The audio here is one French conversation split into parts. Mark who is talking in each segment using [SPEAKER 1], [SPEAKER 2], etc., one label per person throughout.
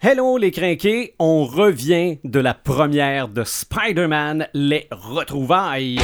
[SPEAKER 1] Hello les crinqués, on revient de la première de Spider-Man, les retrouvailles.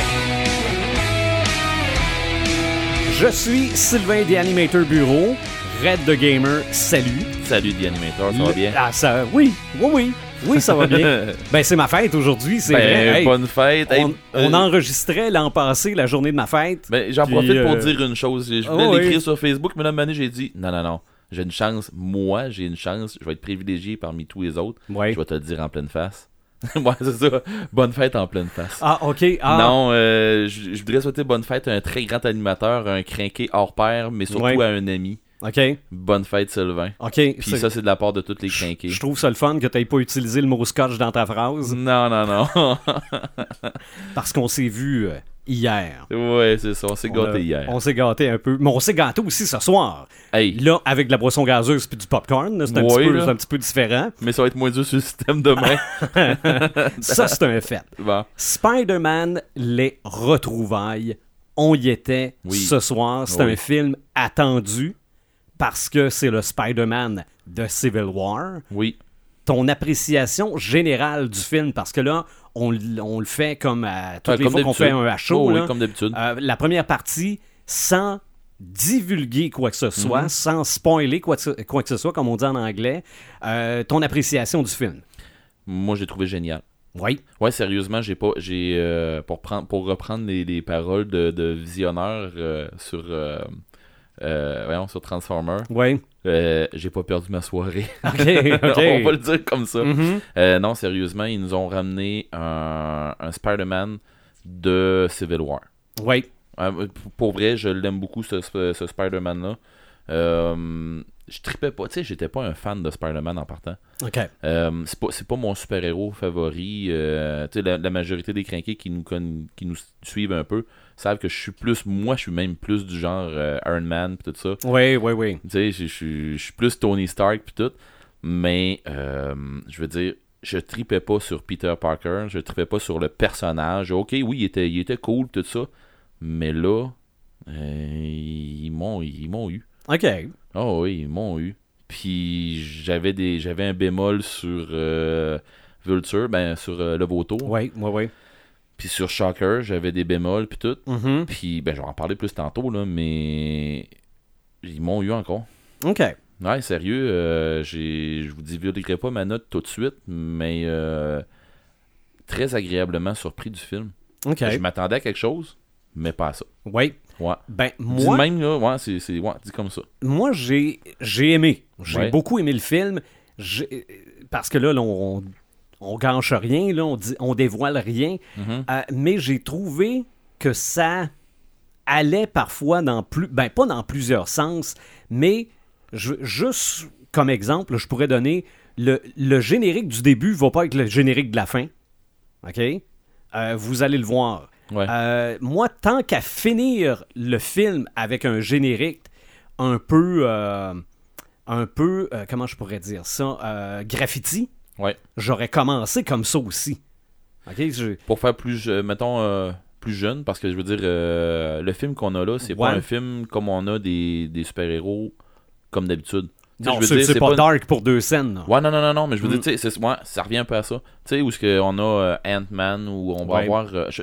[SPEAKER 1] Je suis Sylvain des Animator Bureau, Red de Gamer, salut.
[SPEAKER 2] Salut The Animator, ça va
[SPEAKER 1] Le-
[SPEAKER 2] bien?
[SPEAKER 1] Ah ça, oui, oui, oui, oui, ça va bien. ben c'est ma fête aujourd'hui, c'est
[SPEAKER 2] Ben,
[SPEAKER 1] vrai. Hey,
[SPEAKER 2] bonne fête. Hey,
[SPEAKER 1] on,
[SPEAKER 2] euh,
[SPEAKER 1] on enregistrait l'an passé la journée de ma fête.
[SPEAKER 2] ben, j'en
[SPEAKER 1] puis,
[SPEAKER 2] profite pour
[SPEAKER 1] euh,
[SPEAKER 2] dire une chose. Je voulais
[SPEAKER 1] oh, oui.
[SPEAKER 2] l'écrire sur Facebook, mais là, Mané, j'ai dit non, non, non. J'ai une chance. Moi, j'ai une chance. Je vais être privilégié parmi tous les autres.
[SPEAKER 1] Ouais.
[SPEAKER 2] Je vais te le dire en pleine face. ouais, c'est ça. Bonne fête en pleine face.
[SPEAKER 1] Ah ok, ah,
[SPEAKER 2] Non, euh, je je voudrais souhaiter bonne fête à un très grand animateur, un crinqué hors pair, mais surtout
[SPEAKER 1] Ouais.
[SPEAKER 2] à un ami.
[SPEAKER 1] ok,
[SPEAKER 2] Bonne fête, Sylvain.
[SPEAKER 1] ok.
[SPEAKER 2] Puis
[SPEAKER 1] c'est-
[SPEAKER 2] ça, c'est de la part de tous les
[SPEAKER 1] je
[SPEAKER 2] crinqués.
[SPEAKER 1] je trouve ça le fun que t'aies pas utilisé le mot scotch dans ta phrase.
[SPEAKER 2] Non, non, non. Mm.
[SPEAKER 1] parce qu'on s'est vu euh, hier.
[SPEAKER 2] ouais, c'est ça. On s'est
[SPEAKER 1] On a-
[SPEAKER 2] gâtés hier.
[SPEAKER 1] On s'est gâté un peu, mais on s'est gâté aussi ce soir.
[SPEAKER 2] Hey,
[SPEAKER 1] Là, avec de la boisson gazeuse puis du popcorn, là, c'est un,
[SPEAKER 2] Ouais,
[SPEAKER 1] petit peu-
[SPEAKER 2] là.
[SPEAKER 1] c'est un petit peu différent.
[SPEAKER 2] mais ça va être moins dur sur le système demain. Bah,
[SPEAKER 1] Ça, c'est un fait.
[SPEAKER 2] Bon.
[SPEAKER 1] Spider-Man, les retrouvailles, on y était
[SPEAKER 2] Oui.
[SPEAKER 1] ce soir. C'est
[SPEAKER 2] Oui.
[SPEAKER 1] un film attendu parce que c'est le Spider-Man de Civil War.
[SPEAKER 2] Oui.
[SPEAKER 1] Ton appréciation générale du film, parce que là, on, l- on le fait comme à toutes
[SPEAKER 2] Ah,
[SPEAKER 1] les
[SPEAKER 2] comme
[SPEAKER 1] fois qu'on
[SPEAKER 2] d'habitude.
[SPEAKER 1] fait un à chaud.
[SPEAKER 2] Oh oui,
[SPEAKER 1] là.
[SPEAKER 2] comme d'habitude.
[SPEAKER 1] Euh, la première partie sans divulguer quoi que ce soit,
[SPEAKER 2] Mhm.
[SPEAKER 1] sans spoiler quoi, que ce- quoi que ce soit, comme on dit en anglais, euh, ton appréciation du film.
[SPEAKER 2] Moi, j'ai trouvé génial.
[SPEAKER 1] Oui.
[SPEAKER 2] Ouais, sérieusement, j'ai pas. J'ai, euh, pour, prendre, pour reprendre les, les paroles de, de Visionneur euh, sur. euh, euh, voyons, sur Transformer,
[SPEAKER 1] Oui.
[SPEAKER 2] euh, j'ai pas perdu ma soirée.
[SPEAKER 1] OK,
[SPEAKER 2] On va
[SPEAKER 1] OK.
[SPEAKER 2] le dire comme ça.
[SPEAKER 1] Mhm.
[SPEAKER 2] Euh, non, sérieusement, ils nous ont ramené un, un Spider-Man de Civil War.
[SPEAKER 1] Oui.
[SPEAKER 2] Euh, p- Pour vrai, je l'aime beaucoup, ce, ce- ce Spider-Man-là. Euh, je tripais pas. Tu sais, j'étais pas un fan de Spider-Man en partant.
[SPEAKER 1] OK.
[SPEAKER 2] Euh, c'est pas, c'est pas mon super-héros favori. euh, tu sais, la, la majorité des crinqués qui nous, conna- qui nous suivent un peu savent que je suis plus, moi je suis même plus du genre euh, Iron Man pis tout ça.
[SPEAKER 1] Oui, oui, oui.
[SPEAKER 2] Tu sais, je- je suis- je suis plus Tony Stark pis tout. Mais euh, je veux dire, je tripais pas sur Peter Parker, je tripais pas sur le personnage. Ok, oui, il était, il était cool pis tout ça. Mais là, euh, ils m'ont ils m'ont eu.
[SPEAKER 1] OK.
[SPEAKER 2] Oh oui, ils m'ont eu. Puis j'avais des j'avais un bémol sur euh, Vulture, ben sur euh, le vautour.
[SPEAKER 1] Oui, oui, oui.
[SPEAKER 2] Puis sur Shocker, j'avais des bémols puis tout.
[SPEAKER 1] Mhm.
[SPEAKER 2] Puis ben je vais en parler plus tantôt là, mais ils m'ont eu encore.
[SPEAKER 1] OK.
[SPEAKER 2] Ouais, sérieux, euh, j'ai je vous divulguerai pas ma note tout de suite, mais euh, très agréablement surpris du film.
[SPEAKER 1] OK.
[SPEAKER 2] Je m'attendais à quelque chose, mais pas à ça.
[SPEAKER 1] Oui.
[SPEAKER 2] Ouais.
[SPEAKER 1] Ben,
[SPEAKER 2] Dis de
[SPEAKER 1] moi,
[SPEAKER 2] même là, ouais, c'est c'est- ouais, dis comme ça.
[SPEAKER 1] moi j'ai j'ai aimé. J'ai
[SPEAKER 2] Ouais.
[SPEAKER 1] beaucoup aimé le film. J'ai- Parce que là, là, on, on gâche rien, là, on, dit- on dévoile rien.
[SPEAKER 2] Mhm.
[SPEAKER 1] Euh, mais j'ai trouvé que ça allait parfois dans plus. Ben, pas dans plusieurs sens, mais je- juste comme exemple, je pourrais donner le, le générique du début va pas avec le générique de la fin. OK? Euh, vous allez le voir.
[SPEAKER 2] Ouais.
[SPEAKER 1] Euh, moi, tant qu'à finir le film avec un générique un peu. euh, un peu. euh, comment je pourrais dire ça? Euh, graffiti,
[SPEAKER 2] Ouais.
[SPEAKER 1] j'aurais commencé comme ça aussi. OK? Je-
[SPEAKER 2] pour faire plus, je- mettons, euh, plus jeune, parce que je veux dire, euh, le film qu'on a là, c'est pas
[SPEAKER 1] Ouais.
[SPEAKER 2] un film comme on a des, des super-héros comme d'habitude. Tu sais,
[SPEAKER 1] Non,
[SPEAKER 2] je veux
[SPEAKER 1] c'est
[SPEAKER 2] dire,
[SPEAKER 1] c'est pas,
[SPEAKER 2] une-
[SPEAKER 1] dark pour deux scènes. là.
[SPEAKER 2] Ouais, non, non, non, non, mais je veux
[SPEAKER 1] Mm.
[SPEAKER 2] dire, tu sais, c'est- ouais, ça revient un peu à ça. Tu sais, où est-ce qu'on a euh, Ant-Man, où on va
[SPEAKER 1] Ouais.
[SPEAKER 2] avoir, euh, je,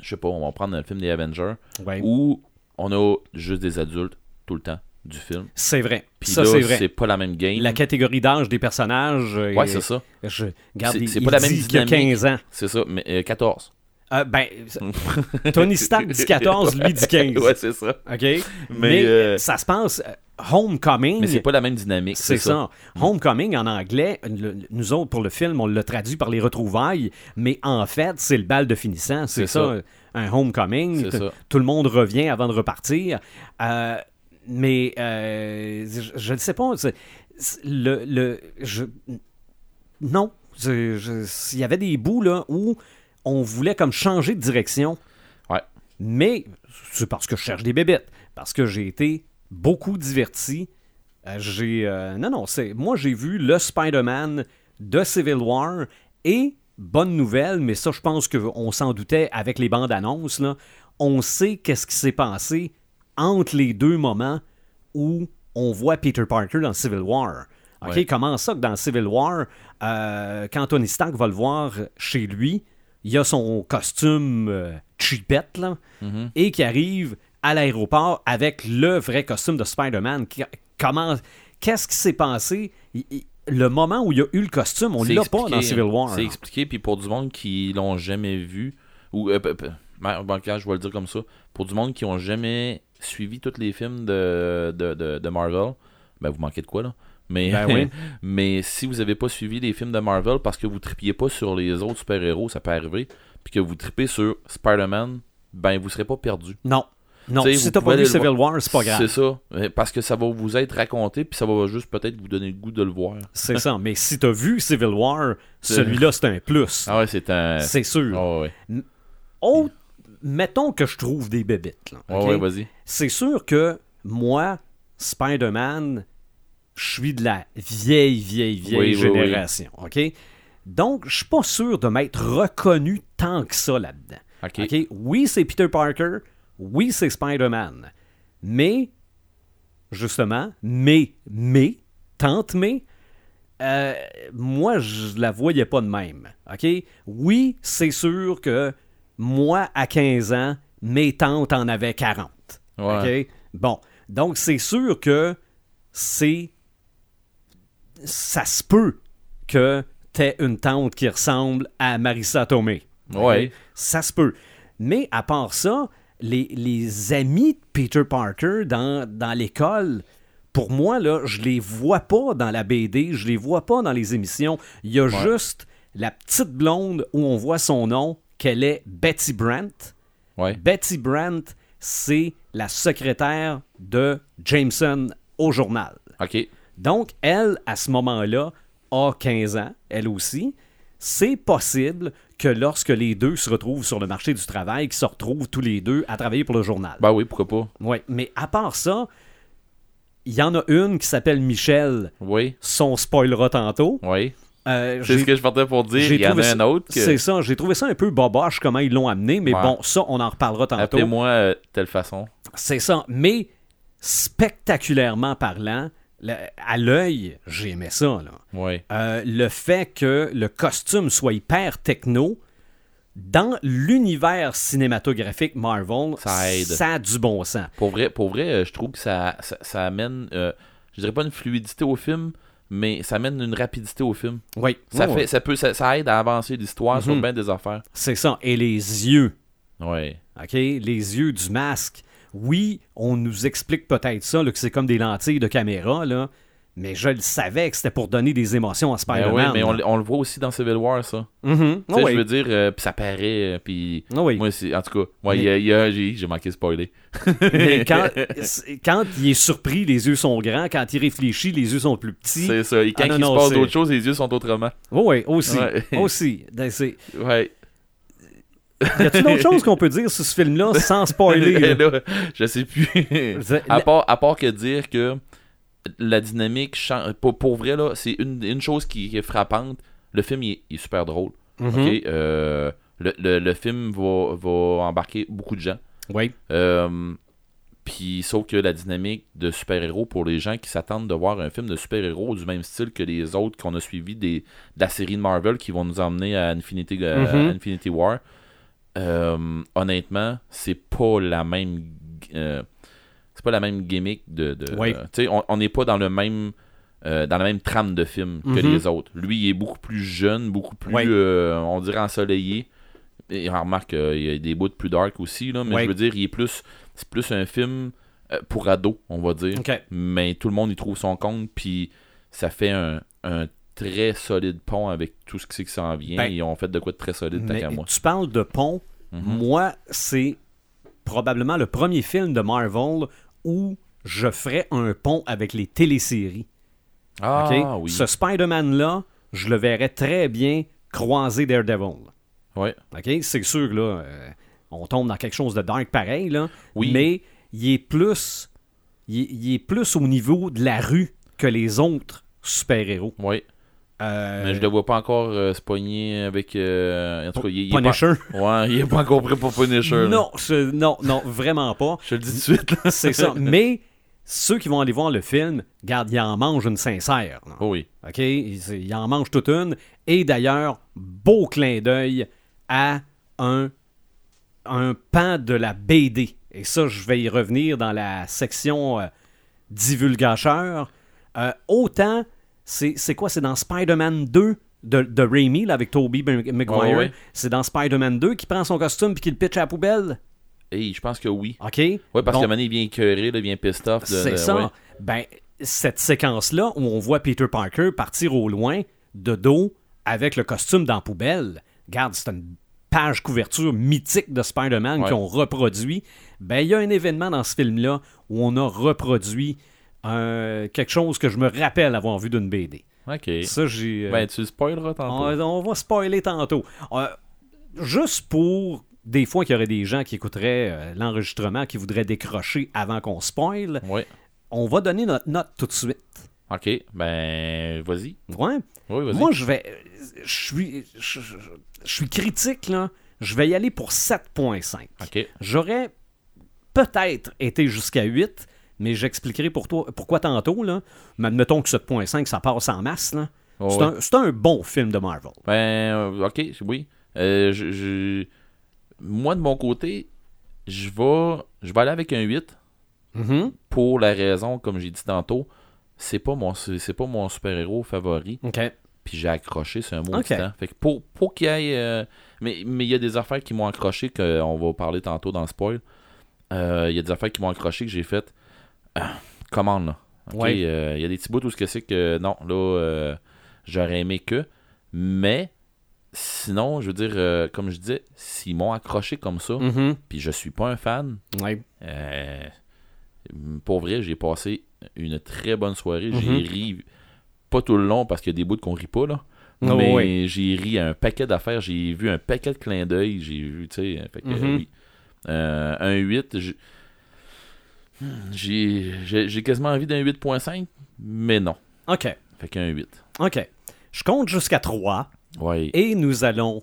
[SPEAKER 2] je sais pas, on va prendre le film des Avengers,
[SPEAKER 1] Ouais.
[SPEAKER 2] où on a juste des adultes tout le temps du film.
[SPEAKER 1] C'est vrai.
[SPEAKER 2] Puis
[SPEAKER 1] ça,
[SPEAKER 2] là,
[SPEAKER 1] c'est vrai.
[SPEAKER 2] c'est pas la même game.
[SPEAKER 1] La catégorie d'âge des personnages. euh,
[SPEAKER 2] Ouais, c'est ça.
[SPEAKER 1] Je, regarde,
[SPEAKER 2] C'est-
[SPEAKER 1] il-
[SPEAKER 2] c'est
[SPEAKER 1] il
[SPEAKER 2] pas la même
[SPEAKER 1] dit qu'il a
[SPEAKER 2] dynamique.
[SPEAKER 1] 15 ans.
[SPEAKER 2] C'est ça, mais euh, 14.
[SPEAKER 1] Euh, ben, Tony Stark dit 14, lui dit 15.
[SPEAKER 2] ouais, c'est ça.
[SPEAKER 1] OK? Mais,
[SPEAKER 2] euh,
[SPEAKER 1] ça se passe. euh, Homecoming.
[SPEAKER 2] Mais c'est pas la même dynamique.
[SPEAKER 1] C'est ça. Mm. Homecoming en anglais, le- le- nous autres, pour le film, on l'a traduit par les retrouvailles, mais en fait, c'est le bal de finissant. C'est
[SPEAKER 2] C'est
[SPEAKER 1] ça, un homecoming.
[SPEAKER 2] C'est
[SPEAKER 1] T-
[SPEAKER 2] ça.
[SPEAKER 1] Tout le monde revient avant de repartir. Euh, mais euh, je- je ne sais pas. c'est- c'est- Le, le, je- non. Je- je- Il y avait des bouts là, où on voulait comme changer de direction.
[SPEAKER 2] Ouais.
[SPEAKER 1] Mais c'est parce que je cherche des bébites. Parce que j'ai été beaucoup diverti. Euh, j'ai. euh, non, non, c'est. Moi, j'ai vu le Spider-Man de Civil War et bonne nouvelle, mais ça, je pense qu'on s'en doutait avec les bandes annonces. Là, on sait qu'est-ce qui s'est passé entre les deux moments où on voit Peter Parker dans Civil War. OK,
[SPEAKER 2] Ouais.
[SPEAKER 1] comment ça que dans Civil War, euh, quand Tony Stark va le voir chez lui, il a son costume euh, cheapette, là,
[SPEAKER 2] Mhm.
[SPEAKER 1] et qui arrive à l'aéroport avec le vrai costume de Spider-Man. Qui- Comment... Qu'est-ce qui s'est passé? Il- il- le moment où il a eu le costume, on
[SPEAKER 2] C'est
[SPEAKER 1] l'a pas
[SPEAKER 2] expliqué, hein.
[SPEAKER 1] dans Civil War. hein.
[SPEAKER 2] C'est expliqué, puis pour du monde qui l'ont jamais vu, ou euh, p- p- ben, ben, quand je vais le dire comme ça, pour du monde qui ont jamais suivi tous les films de, de, de- de Marvel, ben vous manquez de quoi là? Mais,
[SPEAKER 1] Ben oui.
[SPEAKER 2] mais si vous avez pas suivi les films de Marvel parce que vous tripiez pas sur les autres super-héros, ça peut arriver, puis que vous tripez sur Spider-Man, ben vous serez pas perdu.
[SPEAKER 1] Non. Non,
[SPEAKER 2] T'sais,
[SPEAKER 1] si
[SPEAKER 2] vous
[SPEAKER 1] t'as pas
[SPEAKER 2] pouvez
[SPEAKER 1] vu
[SPEAKER 2] aller le
[SPEAKER 1] Civil War, c'est pas grave.
[SPEAKER 2] C'est ça, euh, parce que ça va vous être raconté, puis ça va juste peut-être vous donner le goût de le voir.
[SPEAKER 1] C'est ça. Mais si t'as vu Civil War, celui-là, c'est un plus.
[SPEAKER 2] Ah ouais, c'est un...
[SPEAKER 1] C'est sûr.
[SPEAKER 2] Ah ouais,
[SPEAKER 1] Autre- mettons que je trouve des bébites. là,
[SPEAKER 2] ouais,
[SPEAKER 1] ok?
[SPEAKER 2] ouais, vas-y.
[SPEAKER 1] c'est sûr que moi, Spider-Man, je suis de la vieille, vieille, vieille
[SPEAKER 2] Oui, oui, oui.
[SPEAKER 1] génération. OK? Donc, je suis pas sûr de m'être reconnu tant que ça là-dedans.
[SPEAKER 2] Ok.
[SPEAKER 1] OK? Oui, c'est Peter Parker. Oui, c'est Spider-Man. Mais, justement, mais, mais, tante mais, euh, moi, je la voyais pas de même. OK? Oui, c'est sûr que moi, à 15 ans, mes tantes en avaient 40.
[SPEAKER 2] Ouais.
[SPEAKER 1] OK? Bon. Donc, c'est sûr que c'est. Ça se peut que t'aies une tante qui ressemble à Marissa Tomei. OK?
[SPEAKER 2] Ouais.
[SPEAKER 1] Ça se peut. Mais à part ça, les, les amis de Peter Parker dans, dans l'école, pour moi, là, je les vois pas dans la BD, je les vois pas dans les émissions. Il y a juste la petite blonde où on voit son nom, qu'elle est Betty Brandt.
[SPEAKER 2] Ouais.
[SPEAKER 1] Betty Brandt, c'est la secrétaire de Jameson au journal.
[SPEAKER 2] OK.
[SPEAKER 1] Donc, elle, à ce moment-là, a 15 ans, elle aussi. C'est possible que lorsque les deux se retrouvent sur le marché du travail, qu'ils se retrouvent tous les deux à travailler pour le journal.
[SPEAKER 2] Ben oui, pourquoi pas.
[SPEAKER 1] Oui, mais à part ça, il y en a une qui s'appelle Michelle.
[SPEAKER 2] Oui.
[SPEAKER 1] Son spoilera tantôt.
[SPEAKER 2] Oui.
[SPEAKER 1] Euh,
[SPEAKER 2] C'est
[SPEAKER 1] j'ai-
[SPEAKER 2] ce que je partais pour dire.
[SPEAKER 1] j'ai
[SPEAKER 2] Il y en
[SPEAKER 1] trouvé
[SPEAKER 2] a
[SPEAKER 1] ça-
[SPEAKER 2] un autre
[SPEAKER 1] C'est
[SPEAKER 2] que.
[SPEAKER 1] ça, j'ai trouvé ça un peu boboche comment ils l'ont amené, mais
[SPEAKER 2] Ouais.
[SPEAKER 1] bon, ça, on en reparlera tantôt.
[SPEAKER 2] Appelez-moi euh, telle façon.
[SPEAKER 1] C'est ça. Mais spectaculairement parlant, le- à l'œil, j'aimais ça. Là.
[SPEAKER 2] Oui.
[SPEAKER 1] Euh, le fait que le costume soit hyper techno, dans l'univers cinématographique Marvel,
[SPEAKER 2] Ça aide.
[SPEAKER 1] ça a du bon sens.
[SPEAKER 2] Pour vrai, pour vrai euh, je trouve que ça, ça, ça amène. euh, je dirais pas une fluidité au film, mais ça amène une rapidité au film.
[SPEAKER 1] Oui,
[SPEAKER 2] Ça,
[SPEAKER 1] oui,
[SPEAKER 2] fait,
[SPEAKER 1] oui.
[SPEAKER 2] ça, peut, ça, ça aide à avancer l'histoire
[SPEAKER 1] Mhm.
[SPEAKER 2] sur bien des affaires.
[SPEAKER 1] C'est ça. Et les yeux.
[SPEAKER 2] Oui.
[SPEAKER 1] OK? Les yeux du masque. Oui, on nous explique peut-être ça, là, que c'est comme des lentilles de caméra, là, mais je le savais que c'était pour donner des émotions à
[SPEAKER 2] Ben
[SPEAKER 1] Spider-Man.
[SPEAKER 2] oui, mais on,
[SPEAKER 1] là.
[SPEAKER 2] l- on le voit aussi dans Civil War, ça.
[SPEAKER 1] Mhm.
[SPEAKER 2] Tu sais,
[SPEAKER 1] Oh oui.
[SPEAKER 2] Je veux dire, euh, puis ça paraît, euh, puis.
[SPEAKER 1] Oh oui.
[SPEAKER 2] Moi, c'est. En tout cas, moi, il y a- il y a- j'ai j'ai manqué de spoiler.
[SPEAKER 1] Mais quand, c'est- quand il est surpris, les yeux sont grands. Quand il réfléchit, les yeux sont plus petits.
[SPEAKER 2] C'est ça. Et quand
[SPEAKER 1] Ah, non,
[SPEAKER 2] il
[SPEAKER 1] non,
[SPEAKER 2] se passe
[SPEAKER 1] c'est-
[SPEAKER 2] d'autres choses, les yeux sont autrement.
[SPEAKER 1] Oui, oui, aussi.
[SPEAKER 2] Ouais.
[SPEAKER 1] aussi. Ben, c'est-
[SPEAKER 2] Ouais.
[SPEAKER 1] Y a-t-il d'autres choses qu'on peut dire sur ce film-là sans spoiler? là?
[SPEAKER 2] Eh, Là, je sais plus.
[SPEAKER 1] C'est-
[SPEAKER 2] à, part, à part que dire que la dynamique chan- pour, pour vrai là, c'est une, une chose qui, qui est frappante. Le film il est, il est super drôle.
[SPEAKER 1] Mm-hmm. Mhm.
[SPEAKER 2] ok? Euh, le, le- le film va, va embarquer beaucoup de gens.
[SPEAKER 1] Oui,
[SPEAKER 2] Euh, Puis sauf que la dynamique de super-héros pour les gens qui s'attendent de voir un film de super-héros du même style que les autres qu'on a suivis des, de la série de Marvel qui vont nous emmener à Infinity, euh,
[SPEAKER 1] Mhm.
[SPEAKER 2] Infinity War. Euh, honnêtement, c'est pas la même euh, c'est pas la même gimmick de, de-
[SPEAKER 1] Oui.
[SPEAKER 2] de- tu sais, on on n'est pas dans le même euh, dans la même trame de film que
[SPEAKER 1] Mhm.
[SPEAKER 2] les autres. Lui, il est beaucoup plus jeune, beaucoup plus
[SPEAKER 1] Oui.
[SPEAKER 2] euh, on dirait ensoleillé. Et on remarque euh, il y a des bouts plus dark aussi là, mais
[SPEAKER 1] Oui.
[SPEAKER 2] je veux dire, il est plus c'est plus un film euh, pour ados, on va dire.
[SPEAKER 1] OK.
[SPEAKER 2] Mais tout le monde y trouve son compte, puis ça fait un, un très solide pont avec tout ce qui c'est qui s'en vient.
[SPEAKER 1] Ben,
[SPEAKER 2] Ils ont fait de quoi de très solide, tant
[SPEAKER 1] Mais
[SPEAKER 2] qu'à moi. Mhm.
[SPEAKER 1] tu parles de pont. Moi, c'est probablement le premier film de Marvel où je ferais un pont avec les téléséries.
[SPEAKER 2] Ah
[SPEAKER 1] OK?
[SPEAKER 2] oui.
[SPEAKER 1] Ce Spider-Man-là, je le verrais très bien croiser Daredevil.
[SPEAKER 2] Ouais.
[SPEAKER 1] OK? C'est sûr que là, euh, on tombe dans quelque chose de dark pareil, là.
[SPEAKER 2] Oui.
[SPEAKER 1] Mais il est plus. Il est, il est plus au niveau de la rue que les autres super-héros.
[SPEAKER 2] Ouais.
[SPEAKER 1] Euh,
[SPEAKER 2] Mais je le vois pas encore euh, se pogner avec. euh, en tout cas, il, il est
[SPEAKER 1] Punisher?
[SPEAKER 2] Pas, ouais, il est pas encore prêt pour Punisher. là.
[SPEAKER 1] non, c'est- non, non, vraiment pas.
[SPEAKER 2] Je te le dis tout de suite. là.
[SPEAKER 1] C'est ça. Mais ceux qui vont aller voir le film, garde, ils en mangent une sincère. là.
[SPEAKER 2] Oh oui.
[SPEAKER 1] OK? Il, c'est- il en mange toute une. Et d'ailleurs, beau clin d'œil à un, un pan de la BD. Et ça, je vais y revenir dans la section euh, divulgacheur. Euh, autant, c'est c'est quoi? C'est dans Spider-Man 2 de, de Raimi, là, avec Tobey Ma- Maguire.
[SPEAKER 2] Ouais, ouais.
[SPEAKER 1] C'est dans Spider-Man 2 qui prend son costume puis qu'il le pitch à la poubelle.
[SPEAKER 2] Et je pense que oui.
[SPEAKER 1] OK?
[SPEAKER 2] Ouais, parce
[SPEAKER 1] Donc,
[SPEAKER 2] que Mané, il vient écœuré, là, il vient pissed off. de-
[SPEAKER 1] c'est
[SPEAKER 2] de-
[SPEAKER 1] ça.
[SPEAKER 2] ouais.
[SPEAKER 1] Ben, cette séquence-là où on voit Peter Parker partir au loin, de dos, avec le costume dans la poubelle, regarde, c'est une page couverture mythique de Spider-Man
[SPEAKER 2] Ouais.
[SPEAKER 1] qu'ils ont reproduit. Ben, il y a un événement dans ce film-là où on a reproduit euh, quelque chose que je me rappelle avoir vu d'une BD.
[SPEAKER 2] Ok.
[SPEAKER 1] Ça, j'ai. euh,
[SPEAKER 2] Ben, tu le spoileras tantôt.
[SPEAKER 1] on, on va spoiler tantôt. Euh, juste pour des fois qu'il y aurait des gens qui écouteraient euh, l'enregistrement, qui voudraient décrocher avant qu'on spoil,
[SPEAKER 2] Ouais.
[SPEAKER 1] on va donner notre note tout de suite.
[SPEAKER 2] Ok. Ben, vas-y.
[SPEAKER 1] Ouais.
[SPEAKER 2] Oui, vas-y.
[SPEAKER 1] Moi, je vais. Je suis, je, je- je suis critique, là. Je vais y aller pour 7,5.
[SPEAKER 2] Ok.
[SPEAKER 1] J'aurais peut-être été jusqu'à 8, mais j'expliquerai pour toi, pourquoi tantôt, là. Mais admettons que 7,5, ça passe en masse, là.
[SPEAKER 2] Oh,
[SPEAKER 1] c'est,
[SPEAKER 2] ouais.
[SPEAKER 1] un, c'est un bon film de Marvel.
[SPEAKER 2] Ben, euh, ok, oui. Euh, je, je- Moi, de mon côté, je vais, je vais aller avec un 8
[SPEAKER 1] Mhm.
[SPEAKER 2] pour la raison, comme j'ai dit tantôt, c'est pas mon, c'est c'est pas mon super-héros favori.
[SPEAKER 1] OK.
[SPEAKER 2] Puis j'ai accroché, c'est un mot
[SPEAKER 1] Ok.
[SPEAKER 2] temps. Fait que pour, pour qu'il y ait. euh, mais mais il y a des affaires qui m'ont accroché, qu'on va parler tantôt dans le spoil. Euh, Il y a des affaires qui m'ont accroché que j'ai faites. Ah, commande, là. Ok, euh,
[SPEAKER 1] Ouais.
[SPEAKER 2] Il y a des petits bouts où ce que c'est que. Non, là, euh, j'aurais aimé que. Mais, sinon, je veux dire, euh, comme je disais, s'ils m'ont accroché comme ça,
[SPEAKER 1] Mhm.
[SPEAKER 2] puis je suis pas un fan,
[SPEAKER 1] Ouais.
[SPEAKER 2] euh, pour vrai, j'ai passé une très bonne soirée.
[SPEAKER 1] Mhm.
[SPEAKER 2] J'ai ri, pas tout le long parce qu'il y a des bouts qu'on rit pas, là.
[SPEAKER 1] Oh,
[SPEAKER 2] mais
[SPEAKER 1] oui.
[SPEAKER 2] j'ai ri à un paquet d'affaires. J'ai vu un paquet de clins d'œil. J'ai vu, tu sais. fait que,
[SPEAKER 1] Mhm.
[SPEAKER 2] euh, oui. Euh, un 8, j'ai- j'ai j'ai- j'ai quasiment envie d'un 8.5, mais non.
[SPEAKER 1] OK.
[SPEAKER 2] Fait qu'un 8.
[SPEAKER 1] OK. Je compte jusqu'à 3.
[SPEAKER 2] Ouais.
[SPEAKER 1] et nous allons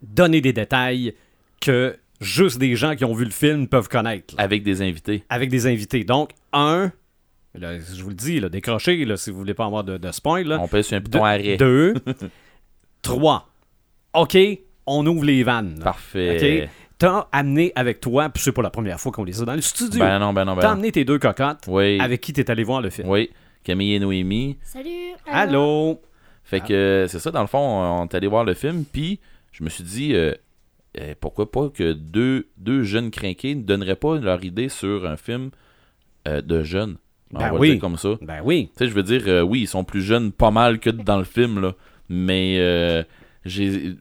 [SPEAKER 1] donner des détails que juste des gens qui ont vu le film peuvent connaître, là,
[SPEAKER 2] Avec des invités.
[SPEAKER 1] avec des invités. Donc, un, là, je vous le dis, là, décrochez là, si vous voulez pas avoir de, de spoil. là.
[SPEAKER 2] On pèse sur un piton
[SPEAKER 1] Ah. Deux,
[SPEAKER 2] arrêt.
[SPEAKER 1] deux, trois. OK, on ouvre les vannes. là.
[SPEAKER 2] Parfait.
[SPEAKER 1] OK? T'as amené avec toi, puis c'est pas la première fois qu'on les a dans le studio.
[SPEAKER 2] Ben non, ben non, ben
[SPEAKER 1] T'as
[SPEAKER 2] non.
[SPEAKER 1] amené tes deux cocottes
[SPEAKER 2] Oui.
[SPEAKER 1] avec qui t'es allé voir le film.
[SPEAKER 2] Oui. Camille et Noémie.
[SPEAKER 3] Salut.
[SPEAKER 1] Allô?
[SPEAKER 2] Fait
[SPEAKER 1] Ah.
[SPEAKER 2] que euh, c'est ça, dans le fond, on est allé voir le film, puis je me suis dit, euh, euh, pourquoi pas que deux, deux jeunes crinqués ne donneraient pas leur idée sur un film euh, de jeunes. On
[SPEAKER 1] Ben
[SPEAKER 2] va le
[SPEAKER 1] oui.
[SPEAKER 2] dire comme ça.
[SPEAKER 1] Ben oui.
[SPEAKER 2] Tu sais, je veux dire, euh, oui, ils sont plus jeunes pas mal que dans le film, là. Mais euh, j'ai.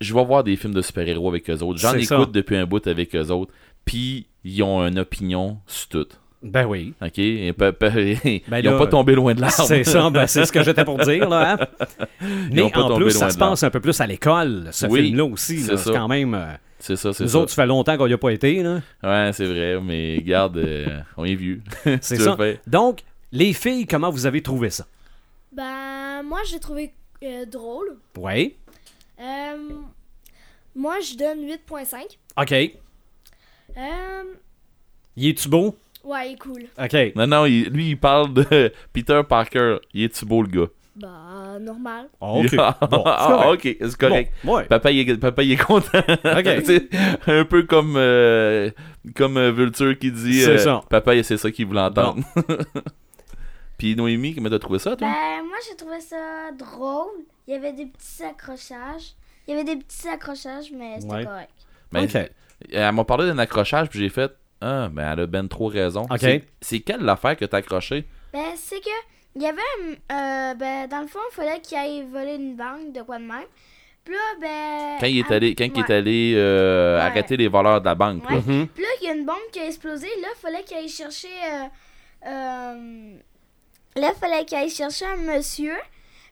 [SPEAKER 2] Je vais voir des films de super-héros avec eux autres. J'en
[SPEAKER 1] C'est
[SPEAKER 2] écoute
[SPEAKER 1] ça.
[SPEAKER 2] depuis un bout avec eux autres. Puis, ils ont une opinion sur tout.
[SPEAKER 1] Ben oui.
[SPEAKER 2] OK? Et pe- pe- ils
[SPEAKER 1] Ben là,
[SPEAKER 2] n'ont pas tombé loin de l'arbre.
[SPEAKER 1] C'est ça, ben, c'est ce que j'étais pour dire. Là, hein. Mais
[SPEAKER 2] ont pas
[SPEAKER 1] en
[SPEAKER 2] tombé
[SPEAKER 1] plus,
[SPEAKER 2] loin
[SPEAKER 1] ça
[SPEAKER 2] de
[SPEAKER 1] se passe un peu plus à l'école, ce
[SPEAKER 2] Oui,
[SPEAKER 1] film-là aussi.
[SPEAKER 2] c'est
[SPEAKER 1] là. C'est
[SPEAKER 2] ça.
[SPEAKER 1] quand même. euh,
[SPEAKER 2] C'est ça, c'est
[SPEAKER 1] nous
[SPEAKER 2] ça.
[SPEAKER 1] autres, ça fait longtemps qu'on n'y a pas été. là.
[SPEAKER 2] Ouais, c'est vrai, mais garde, euh, on est vieux.
[SPEAKER 1] C'est
[SPEAKER 2] Tu le
[SPEAKER 1] ça.
[SPEAKER 2] fais.
[SPEAKER 1] Donc, les filles, comment vous avez trouvé ça?
[SPEAKER 3] Ben, moi, j'ai trouvé euh, drôle.
[SPEAKER 1] Oui.
[SPEAKER 3] Euh, moi, je donne 8.5.
[SPEAKER 1] OK.
[SPEAKER 3] Euh,
[SPEAKER 1] Y es-tu beau?
[SPEAKER 3] ouais, il est cool.
[SPEAKER 1] OK.
[SPEAKER 2] Non, non, il- lui, il parle de Peter Parker. Il est-tu beau, le gars?
[SPEAKER 3] Bah, normal.
[SPEAKER 1] OK.
[SPEAKER 2] Ah,
[SPEAKER 1] Bon, c'est
[SPEAKER 2] ah,
[SPEAKER 1] correct.
[SPEAKER 2] ok, c'est correct.
[SPEAKER 1] Bon, ouais.
[SPEAKER 2] Papa, il est, papa, il est content.
[SPEAKER 1] Ok.
[SPEAKER 2] C'est un peu comme, euh, comme euh, Vulture qui dit
[SPEAKER 1] C'est
[SPEAKER 2] euh,
[SPEAKER 1] ça.
[SPEAKER 2] Papa, il- c'est ça qu'il voulait entendre. Puis Noémie, comment t'as trouvé ça, toi?
[SPEAKER 4] Ben, moi, j'ai trouvé ça drôle. Il y avait des petits accrochages. Il y avait des petits accrochages, mais c'était
[SPEAKER 1] Ouais.
[SPEAKER 4] correct.
[SPEAKER 2] Mais
[SPEAKER 1] Ok.
[SPEAKER 2] c'est- Ben, Elle m'a parlé d'un accrochage, puis j'ai fait Ah, ben elle a ben trop raison.
[SPEAKER 1] Ok.
[SPEAKER 2] C'est- C'est quelle l'affaire que t'as accroché?
[SPEAKER 4] Ben, c'est que, il y avait, un- euh, ben, dans le fond, il fallait qu'il aille voler une banque, de quoi de même. Puis là, ben.
[SPEAKER 2] Quand il est
[SPEAKER 4] à-
[SPEAKER 2] allé, quand il est
[SPEAKER 4] ouais.
[SPEAKER 2] allé euh,
[SPEAKER 4] Ouais.
[SPEAKER 2] arrêter les voleurs de la banque, là.
[SPEAKER 4] Ouais.
[SPEAKER 1] Mhm.
[SPEAKER 4] Puis là, il y a une bombe qui a explosé. Là, il fallait qu'il aille chercher. euh, euh, là, il fallait qu'il aille chercher un monsieur.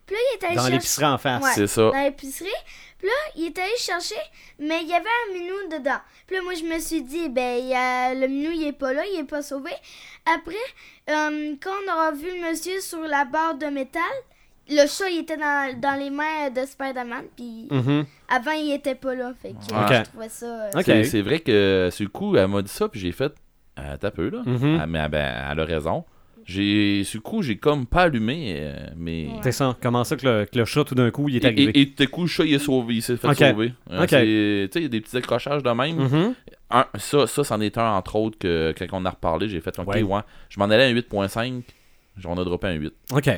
[SPEAKER 4] Puis là, il est allé
[SPEAKER 1] Dans
[SPEAKER 4] chercher.
[SPEAKER 1] l'épicerie en face.
[SPEAKER 4] Ouais.
[SPEAKER 2] C'est ça.
[SPEAKER 4] dans l'épicerie. Puis là, il est allé chercher, mais il y avait un minou dedans. Puis là, moi, je me suis dit, ben, il y a- le minou, il est pas là, il est pas sauvé. Après, euh, quand on aura vu le monsieur sur la barre de métal, le chat, il était dans, dans les mains de Spider-Man. Puis
[SPEAKER 2] Mm-hmm.
[SPEAKER 1] Mhm.
[SPEAKER 4] avant, il était pas là. Fait que euh,
[SPEAKER 2] Ouais.
[SPEAKER 4] je trouvais ça. euh,
[SPEAKER 1] Ok.
[SPEAKER 2] C'est- C'est vrai que sur le coup, elle m'a dit ça, puis j'ai fait euh, t'as peu, là.
[SPEAKER 1] Mhm.
[SPEAKER 2] Ah, mais ben, elle a raison. J'ai, sur le coup, j'ai comme pas allumé, euh, mais.
[SPEAKER 4] Ouais.
[SPEAKER 1] C'est ça. Comment ça que le, que le chat, tout d'un coup, il est
[SPEAKER 2] Et,
[SPEAKER 1] arrivé?
[SPEAKER 2] et, et tout à coup, le chat, il est sauvé, il s'est fait
[SPEAKER 1] Ok.
[SPEAKER 2] sauver. Euh,
[SPEAKER 1] Ok.
[SPEAKER 2] c'est- Tu sais, il y a des petits accrochages de même.
[SPEAKER 1] Mhm.
[SPEAKER 2] Un- ça, ça, c'en est un, entre autres, que quand on a reparlé, j'ai fait, OK,
[SPEAKER 1] Ouais.
[SPEAKER 2] ouais. Je m'en allais à un 8.5, j'en ai droppé un 8.
[SPEAKER 1] OK.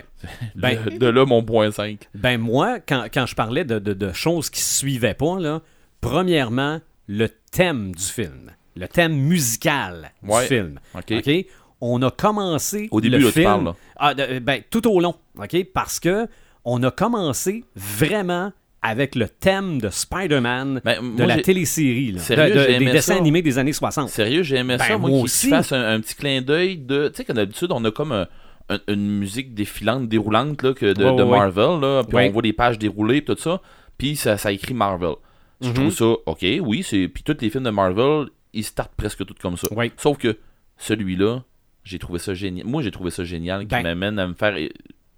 [SPEAKER 1] Ben-
[SPEAKER 2] de, de là, mon point 5.
[SPEAKER 1] Ben moi, quand, quand je parlais de, de- de choses qui se suivaient pas, là, premièrement, le thème du film. Le thème musical du
[SPEAKER 2] Ouais.
[SPEAKER 1] film.
[SPEAKER 2] OK?
[SPEAKER 1] OK? On a commencé
[SPEAKER 2] Au début,
[SPEAKER 1] le
[SPEAKER 2] là, tu
[SPEAKER 1] film,
[SPEAKER 2] parles. là.
[SPEAKER 1] Ah, de- ben, tout au long, OK? Parce que on a commencé vraiment avec le thème de Spider-Man
[SPEAKER 2] Ben,
[SPEAKER 1] de
[SPEAKER 2] moi,
[SPEAKER 1] la
[SPEAKER 2] j'ai-
[SPEAKER 1] télésérie, là,
[SPEAKER 2] Sérieux,
[SPEAKER 1] de- de-
[SPEAKER 2] j'ai
[SPEAKER 1] des
[SPEAKER 2] aimé
[SPEAKER 1] dessins
[SPEAKER 2] ça.
[SPEAKER 1] animés des années 60.
[SPEAKER 2] Sérieux, j'aimais
[SPEAKER 1] Ben,
[SPEAKER 2] ça, moi,
[SPEAKER 1] moi
[SPEAKER 2] qu'il
[SPEAKER 1] aussi.
[SPEAKER 2] fasse un, un petit clin d'œil de. Tu sais, que d'habitude, on a comme un- un- une musique défilante, déroulante là, que de,
[SPEAKER 1] Ouais, ouais,
[SPEAKER 2] de
[SPEAKER 1] ouais.
[SPEAKER 2] Marvel, là, puis
[SPEAKER 1] Ouais.
[SPEAKER 2] on voit des pages dérouler, puis tout ça, puis ça, ça écrit Marvel. Je
[SPEAKER 1] Mhm.
[SPEAKER 2] trouve ça, ok, oui, c'est. Puis tous les films de Marvel, ils startent presque tous comme ça.
[SPEAKER 1] Ouais.
[SPEAKER 2] Sauf que celui-là, j'ai trouvé ça génial. Moi, j'ai trouvé ça génial, qui
[SPEAKER 1] Ben.
[SPEAKER 2] m'amène à me faire.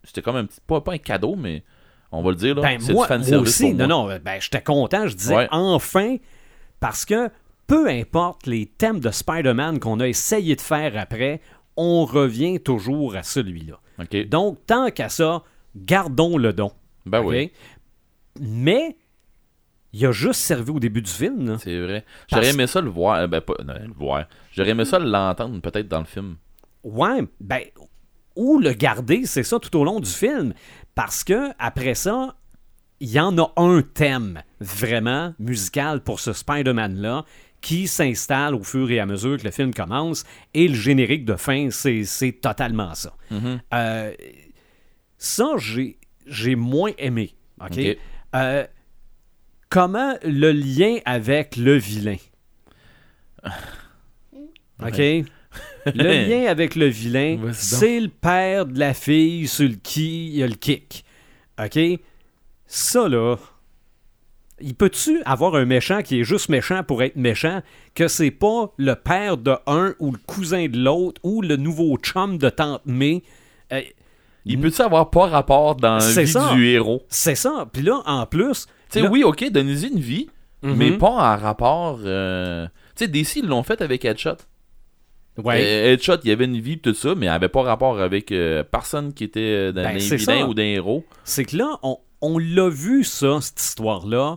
[SPEAKER 2] C'était comme un petit. Pas, pas un cadeau, mais on va le dire, là.
[SPEAKER 1] Ben,
[SPEAKER 2] c'est
[SPEAKER 1] moi,
[SPEAKER 2] du fan
[SPEAKER 1] moi
[SPEAKER 2] service.
[SPEAKER 1] aussi,
[SPEAKER 2] pour moi.
[SPEAKER 1] non, non, ben, j'étais content, je disais
[SPEAKER 2] Ouais.
[SPEAKER 1] enfin, parce que peu importe les thèmes de Spider-Man qu'on a essayé de faire après, on revient toujours à celui-là.
[SPEAKER 2] Ok.
[SPEAKER 1] Donc, tant qu'à ça, gardons le don.
[SPEAKER 2] Ben oui.
[SPEAKER 1] ok? Mais, il a juste servi au début du film. là.
[SPEAKER 2] C'est vrai.
[SPEAKER 1] Parce-
[SPEAKER 2] J'aurais aimé ça le voir. euh, Ben, pas, non, le voir. J'aurais aimé ça l'entendre peut-être dans le film.
[SPEAKER 1] Ouais, ben, ou le garder, c'est ça, tout au long du film. Parce que, après ça, il y en a un thème vraiment musical pour ce Spider-Man-là qui s'installe au fur et à mesure que le film commence. Et le générique de fin, c'est c'est totalement ça. Euh, ça, j'ai j'ai moins aimé. OK?
[SPEAKER 2] Ok.
[SPEAKER 1] Euh, comment le lien avec le vilain? OK? Le lien avec le vilain,
[SPEAKER 2] Vas-y donc.
[SPEAKER 1] c'est le père de la fille sur le qui il y a le kick. OK? Ça, là, il peut-tu avoir un méchant qui est juste méchant pour être méchant, que c'est pas le père de un ou le cousin de l'autre ou le nouveau chum de tante May? Euh,
[SPEAKER 2] Il peut-tu avoir pas rapport dans la
[SPEAKER 1] C'est
[SPEAKER 2] vie
[SPEAKER 1] ça.
[SPEAKER 2] du héros?
[SPEAKER 1] c'est ça. Puis là, en plus...
[SPEAKER 2] Tu sais,
[SPEAKER 1] là-
[SPEAKER 2] oui, ok, donnez-y une vie,
[SPEAKER 1] Mhm.
[SPEAKER 2] mais pas en rapport. euh, Tu sais, DC, ils l'ont fait avec Headshot.
[SPEAKER 1] Ouais.
[SPEAKER 2] Euh, Headshot, il y avait une vie pis tout ça, mais il avait pas rapport avec euh, personne qui était euh, d'un
[SPEAKER 1] Ben, c'est
[SPEAKER 2] vilain
[SPEAKER 1] ça.
[SPEAKER 2] ou d'un héros.
[SPEAKER 1] c'est que là, on, on l'a vu, ça, cette histoire-là,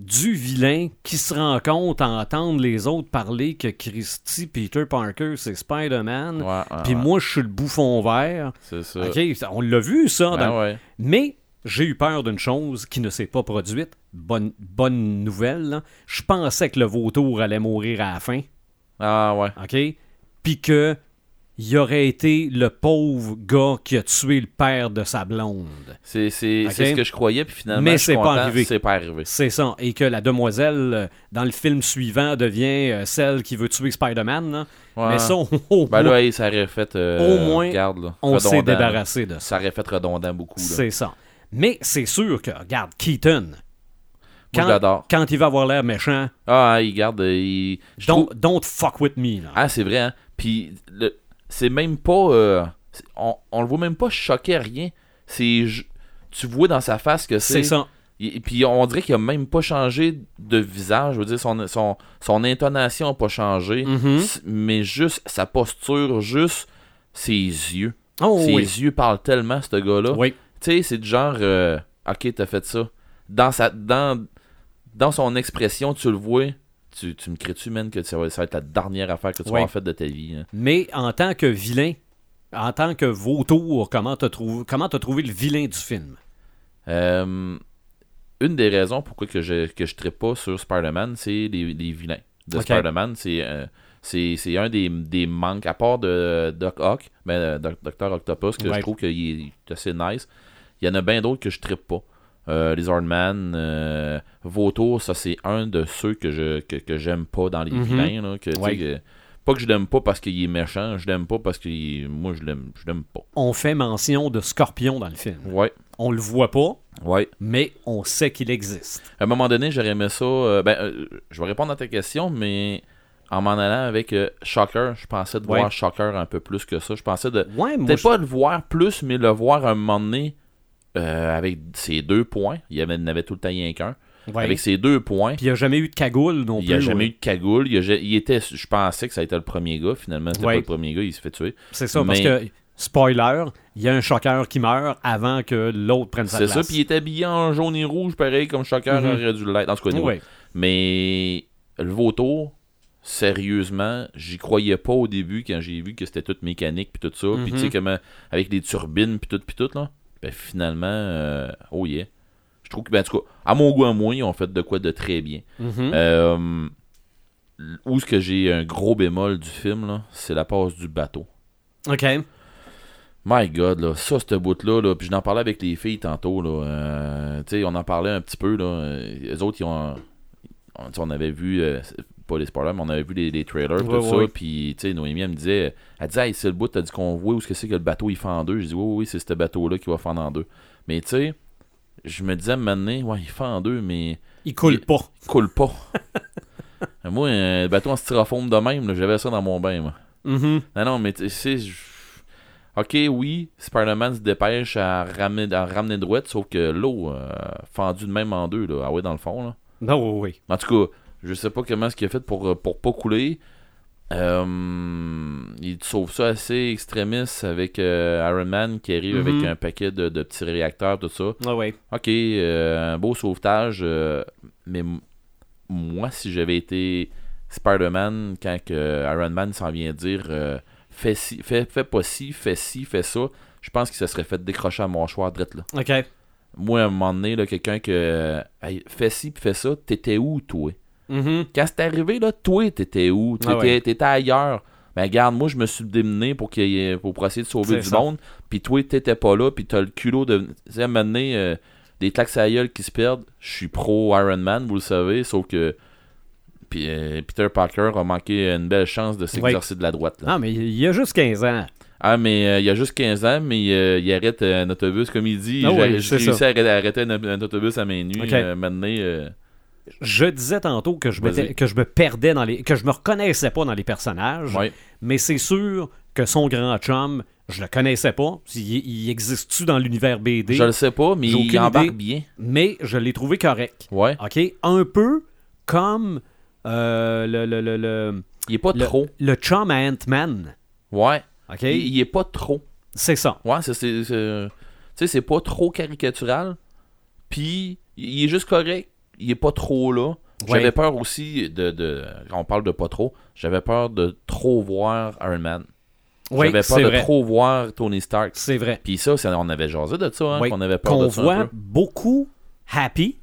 [SPEAKER 1] du vilain qui se rend compte à entendre les autres parler que Christy, Peter Parker, c'est Spider-Man,
[SPEAKER 2] Ouais, ouais,
[SPEAKER 1] Mm. puis
[SPEAKER 2] ouais,
[SPEAKER 1] moi, je suis le bouffon vert.
[SPEAKER 2] c'est ça.
[SPEAKER 1] OK, ça- on l'a vu, ça.
[SPEAKER 2] Ben
[SPEAKER 1] dans-
[SPEAKER 2] ouais.
[SPEAKER 1] Mais j'ai eu peur d'une chose qui ne s'est pas produite. Bonne, bonne nouvelle. là. Je pensais que le vautour allait mourir à la fin,
[SPEAKER 2] Ah ouais.
[SPEAKER 1] OK? Puis que il aurait été le pauvre gars qui a tué le père de sa blonde.
[SPEAKER 2] C'est c'est- c'est
[SPEAKER 1] Ok.
[SPEAKER 2] ce que je croyais, puis finalement,
[SPEAKER 1] Mais
[SPEAKER 2] je suis
[SPEAKER 1] c'est pas
[SPEAKER 2] content,
[SPEAKER 1] arrivé.
[SPEAKER 2] C'est pas arrivé.
[SPEAKER 1] C'est ça. Et que la demoiselle, euh, dans le film suivant, devient euh, celle qui veut tuer Spider-Man. là.
[SPEAKER 2] Ouais.
[SPEAKER 1] Mais ça, au au
[SPEAKER 2] Ben
[SPEAKER 1] moins,
[SPEAKER 2] là, hey, ça aurait fait. euh,
[SPEAKER 1] Au moins,
[SPEAKER 2] regarde, là,
[SPEAKER 1] on s'est
[SPEAKER 2] redondant, là.
[SPEAKER 1] débarrassé de ça.
[SPEAKER 2] Ça aurait fait redondant beaucoup. Là. Moi,
[SPEAKER 1] C'est ça. Mais c'est sûr que, regarde, Keaton,
[SPEAKER 2] je l'adore.
[SPEAKER 1] quand il va avoir l'air méchant,
[SPEAKER 2] Ah, il garde. euh, Il... je
[SPEAKER 1] don't,
[SPEAKER 2] trouve-
[SPEAKER 1] don't fuck with me. là.
[SPEAKER 2] Ah, c'est vrai. Hein? Puis, le- c'est même pas. euh, c'est- On... on le voit même pas choqué à rien. C'est. ju- Tu vois dans sa face que c'est.
[SPEAKER 1] c'est ça.
[SPEAKER 2] Il- Puis on dirait qu'il a même pas changé de visage. Je veux dire, son, son, son intonation n'a pas changé.
[SPEAKER 1] Mhm.
[SPEAKER 2] S- Mais juste sa posture, juste ses yeux.
[SPEAKER 1] Oh,
[SPEAKER 2] ses
[SPEAKER 1] oui.
[SPEAKER 2] yeux parlent tellement, ce gars-là.
[SPEAKER 1] Oui.
[SPEAKER 2] Tu sais, c'est du genre, euh, ok, t'as fait ça. Dans, sa, dans, dans son expression, tu le vois. Tu, tu me crées-tu, man, que ça va, ça va être la dernière affaire que tu
[SPEAKER 1] Ouais.
[SPEAKER 2] vas avoir faite de ta vie. hein?
[SPEAKER 1] Mais en tant que vilain, en tant que vautour, comment t'as trouvé, comment t'as trouvé le vilain du film?
[SPEAKER 2] Euh, une des raisons pourquoi que je que je traite pas sur Spider-Man, c'est les, les vilains de
[SPEAKER 1] Ok.
[SPEAKER 2] Spider-Man. C'est euh, c'est c'est un des, des manques, à part de Doc Ock, mais Docteur Octopus, que
[SPEAKER 1] Ouais.
[SPEAKER 2] je trouve qu'il est assez nice. Il y en a bien d'autres que je trippe pas. Euh, Lizard Man, euh, Vautour, ça c'est un de ceux que je que, que j'aime pas dans les
[SPEAKER 1] Mhm.
[SPEAKER 2] vilains. là, que, tu sais,
[SPEAKER 1] Ouais.
[SPEAKER 2] que- pas que je l'aime pas parce qu'il est méchant, je l'aime pas parce que moi je l'aime je l'aime pas.
[SPEAKER 1] On fait mention de Scorpion dans le film.
[SPEAKER 2] Ouais,
[SPEAKER 1] On le voit pas,
[SPEAKER 2] ouais.
[SPEAKER 1] mais on sait qu'il existe.
[SPEAKER 2] À un moment donné, j'aurais aimé ça. euh, ben, euh, je vais répondre à ta question, mais en m'en allant avec euh, Shocker, je pensais de
[SPEAKER 1] Ouais.
[SPEAKER 2] voir Shocker un peu plus que ça. Je pensais de.
[SPEAKER 1] Ouais, moi,
[SPEAKER 2] Peut-être
[SPEAKER 1] je-
[SPEAKER 2] pas le voir plus, mais le voir un moment donné euh, avec ses deux points. Il y avait- il y en avait tout le temps rien qu'un.
[SPEAKER 1] Ouais.
[SPEAKER 2] avec ses deux points.
[SPEAKER 1] Puis il n'y a jamais eu de cagoule non
[SPEAKER 2] il
[SPEAKER 1] plus.
[SPEAKER 2] n'y a jamais
[SPEAKER 1] ouais.
[SPEAKER 2] eu de cagoule. Il, a ja- il était, je pensais que ça a été le premier gars. Finalement, c'était
[SPEAKER 1] Ouais.
[SPEAKER 2] pas le premier gars. Il se fait tuer.
[SPEAKER 1] C'est ça, parce
[SPEAKER 2] Mais-
[SPEAKER 1] que, spoiler, il y a un choqueur qui meurt avant que l'autre prenne sa
[SPEAKER 2] C'est
[SPEAKER 1] place.
[SPEAKER 2] ça. Puis il était habillé en jaune et rouge, pareil comme Shocker
[SPEAKER 1] Mhm.
[SPEAKER 2] aurait dû l'être. En tout cas, anyway.
[SPEAKER 1] Ouais.
[SPEAKER 2] Mais le vautour, sérieusement, j'y croyais pas au début quand j'ai vu que c'était toute mécanique puis tout ça. Puis tu sais
[SPEAKER 1] Mhm.
[SPEAKER 2] comment avec des turbines puis tout puis tout là. Ben finalement, euh, oh yeah. Je trouve que ben, en tout cas, à mon goût à moi, ils ont fait de quoi de très bien.
[SPEAKER 1] Mhm.
[SPEAKER 2] Euh, où ce que j'ai un gros bémol du film là, c'est la passe du bateau.
[SPEAKER 1] OK.
[SPEAKER 2] My God, là, ça, ce bout-là, là, puis je n'en parlais avec les filles tantôt, là, euh, tu sais, on en parlait un petit peu, là, euh, eux autres, ils ont, on, tu sais, on avait vu, euh, c'est- pas les spoilers, mais on avait vu les, les trailers, pis
[SPEAKER 1] Ouais,
[SPEAKER 2] tout
[SPEAKER 1] ouais.
[SPEAKER 2] ça, puis, tu sais, Noémie, elle me disait, elle disait, hey, c'est le bout, t'as dit qu'on voit où est-ce que c'est que le bateau, il fend en deux, je dis, oui, oui, oui, c'est ce bateau-là qui va fendre en deux, mais, tu sais, je me disais, maintenant, ouais, il fend en deux, mais
[SPEAKER 1] Il coule
[SPEAKER 2] Il-
[SPEAKER 1] pas.
[SPEAKER 2] il coule pas. moi, euh, le bateau en styrofoam de même, là, j'avais ça dans mon bain, moi.
[SPEAKER 1] Mhm.
[SPEAKER 2] Non, non, mais tu sais, je- ok, oui, Spider-Man se dépêche à ramener, à ramener droite, sauf que l'eau euh, fendue de même en deux, là. Ah ouais, dans le fond, là.
[SPEAKER 1] Non, oui,
[SPEAKER 2] En tout cas, je sais pas comment ce qu'il a fait pour, euh, pour pas couler. Euh, il sauve ça assez extrémiste avec euh, Iron Man qui arrive
[SPEAKER 1] Mhm.
[SPEAKER 2] avec un paquet de, de petits réacteurs, tout ça.
[SPEAKER 1] oui. Ah ouais.
[SPEAKER 2] Ok, euh, un beau sauvetage, euh, mais m- moi, si j'avais été Spider-Man quand que Iron Man s'en vient dire euh, fais, ci- fais, fais pas ci, fais ci, fais ça, je pense que ça serait fait décrocher à mon choix drette là.
[SPEAKER 1] OK.
[SPEAKER 2] Moi, à un moment donné, là, quelqu'un que euh, Hey, fais ci puis fais ça, t'étais où, toi
[SPEAKER 1] Mhm.
[SPEAKER 2] Quand c'est arrivé, là, toi, t'étais où T'étais
[SPEAKER 1] Ah ouais.
[SPEAKER 2] t'étais ailleurs. Ben, regarde, moi, je me suis démené pour, qu'il y ait- pour pour essayer de sauver
[SPEAKER 1] C'est
[SPEAKER 2] du
[SPEAKER 1] ça.
[SPEAKER 2] monde, puis toi, t'étais pas là, puis t'as le culot de. Tu sais, à un moment donné, euh, des claques à la gueule qui se perdent. Je suis pro Iron Man, vous le savez, sauf que. Puis euh, Peter Parker a manqué une belle chance de s'exercer de la droite. là.
[SPEAKER 1] Non, mais il y a juste 15 ans.
[SPEAKER 2] Ah, mais euh, il a juste 15 ans, mais euh, il arrête euh, un autobus, comme il dit.
[SPEAKER 1] Ah
[SPEAKER 2] J'ai-
[SPEAKER 1] ouais,
[SPEAKER 2] J'ai
[SPEAKER 1] c'est
[SPEAKER 2] réussi à arrêter, à arrêter un, un autobus à main nue.
[SPEAKER 1] Ok.
[SPEAKER 2] euh, un moment donné, euh,
[SPEAKER 1] Je disais tantôt que je, m'étais-
[SPEAKER 2] Vas-y.
[SPEAKER 1] que je me perdais dans les. que je me reconnaissais pas dans les personnages.
[SPEAKER 2] ouais.
[SPEAKER 1] Mais c'est sûr que son grand chum, je le connaissais pas. Il, il existe-tu dans l'univers BD?
[SPEAKER 2] Je le sais pas, mais
[SPEAKER 1] J'ai
[SPEAKER 2] il
[SPEAKER 1] aucune
[SPEAKER 2] embarque
[SPEAKER 1] idée.
[SPEAKER 2] bien.
[SPEAKER 1] Mais je l'ai trouvé correct.
[SPEAKER 2] Ouais.
[SPEAKER 1] OK? Un peu comme euh, le, le, le, le,
[SPEAKER 2] Il est pas
[SPEAKER 1] le-
[SPEAKER 2] trop.
[SPEAKER 1] le chum à Ant-Man.
[SPEAKER 2] Ouais.
[SPEAKER 1] OK?
[SPEAKER 2] Il, il est pas trop.
[SPEAKER 1] C'est ça.
[SPEAKER 2] Ouais, c'est. c'est- c'est- Tu sais, c'est pas trop caricatural. Puis, il est juste correct. Il est pas trop là. J'avais
[SPEAKER 1] Ouais.
[SPEAKER 2] peur aussi de, de. Quand on parle de pas trop, j'avais peur de trop voir Iron Man.
[SPEAKER 1] Oui,
[SPEAKER 2] j'avais peur
[SPEAKER 1] c'est
[SPEAKER 2] de
[SPEAKER 1] vrai.
[SPEAKER 2] trop voir Tony Stark.
[SPEAKER 1] C'est vrai.
[SPEAKER 2] Puis ça, ça- on avait jasé de ça, hein,
[SPEAKER 1] Oui.
[SPEAKER 2] qu'on avait peur
[SPEAKER 1] Qu'on
[SPEAKER 2] de ça. un
[SPEAKER 1] voit
[SPEAKER 2] peu.
[SPEAKER 1] beaucoup Happy,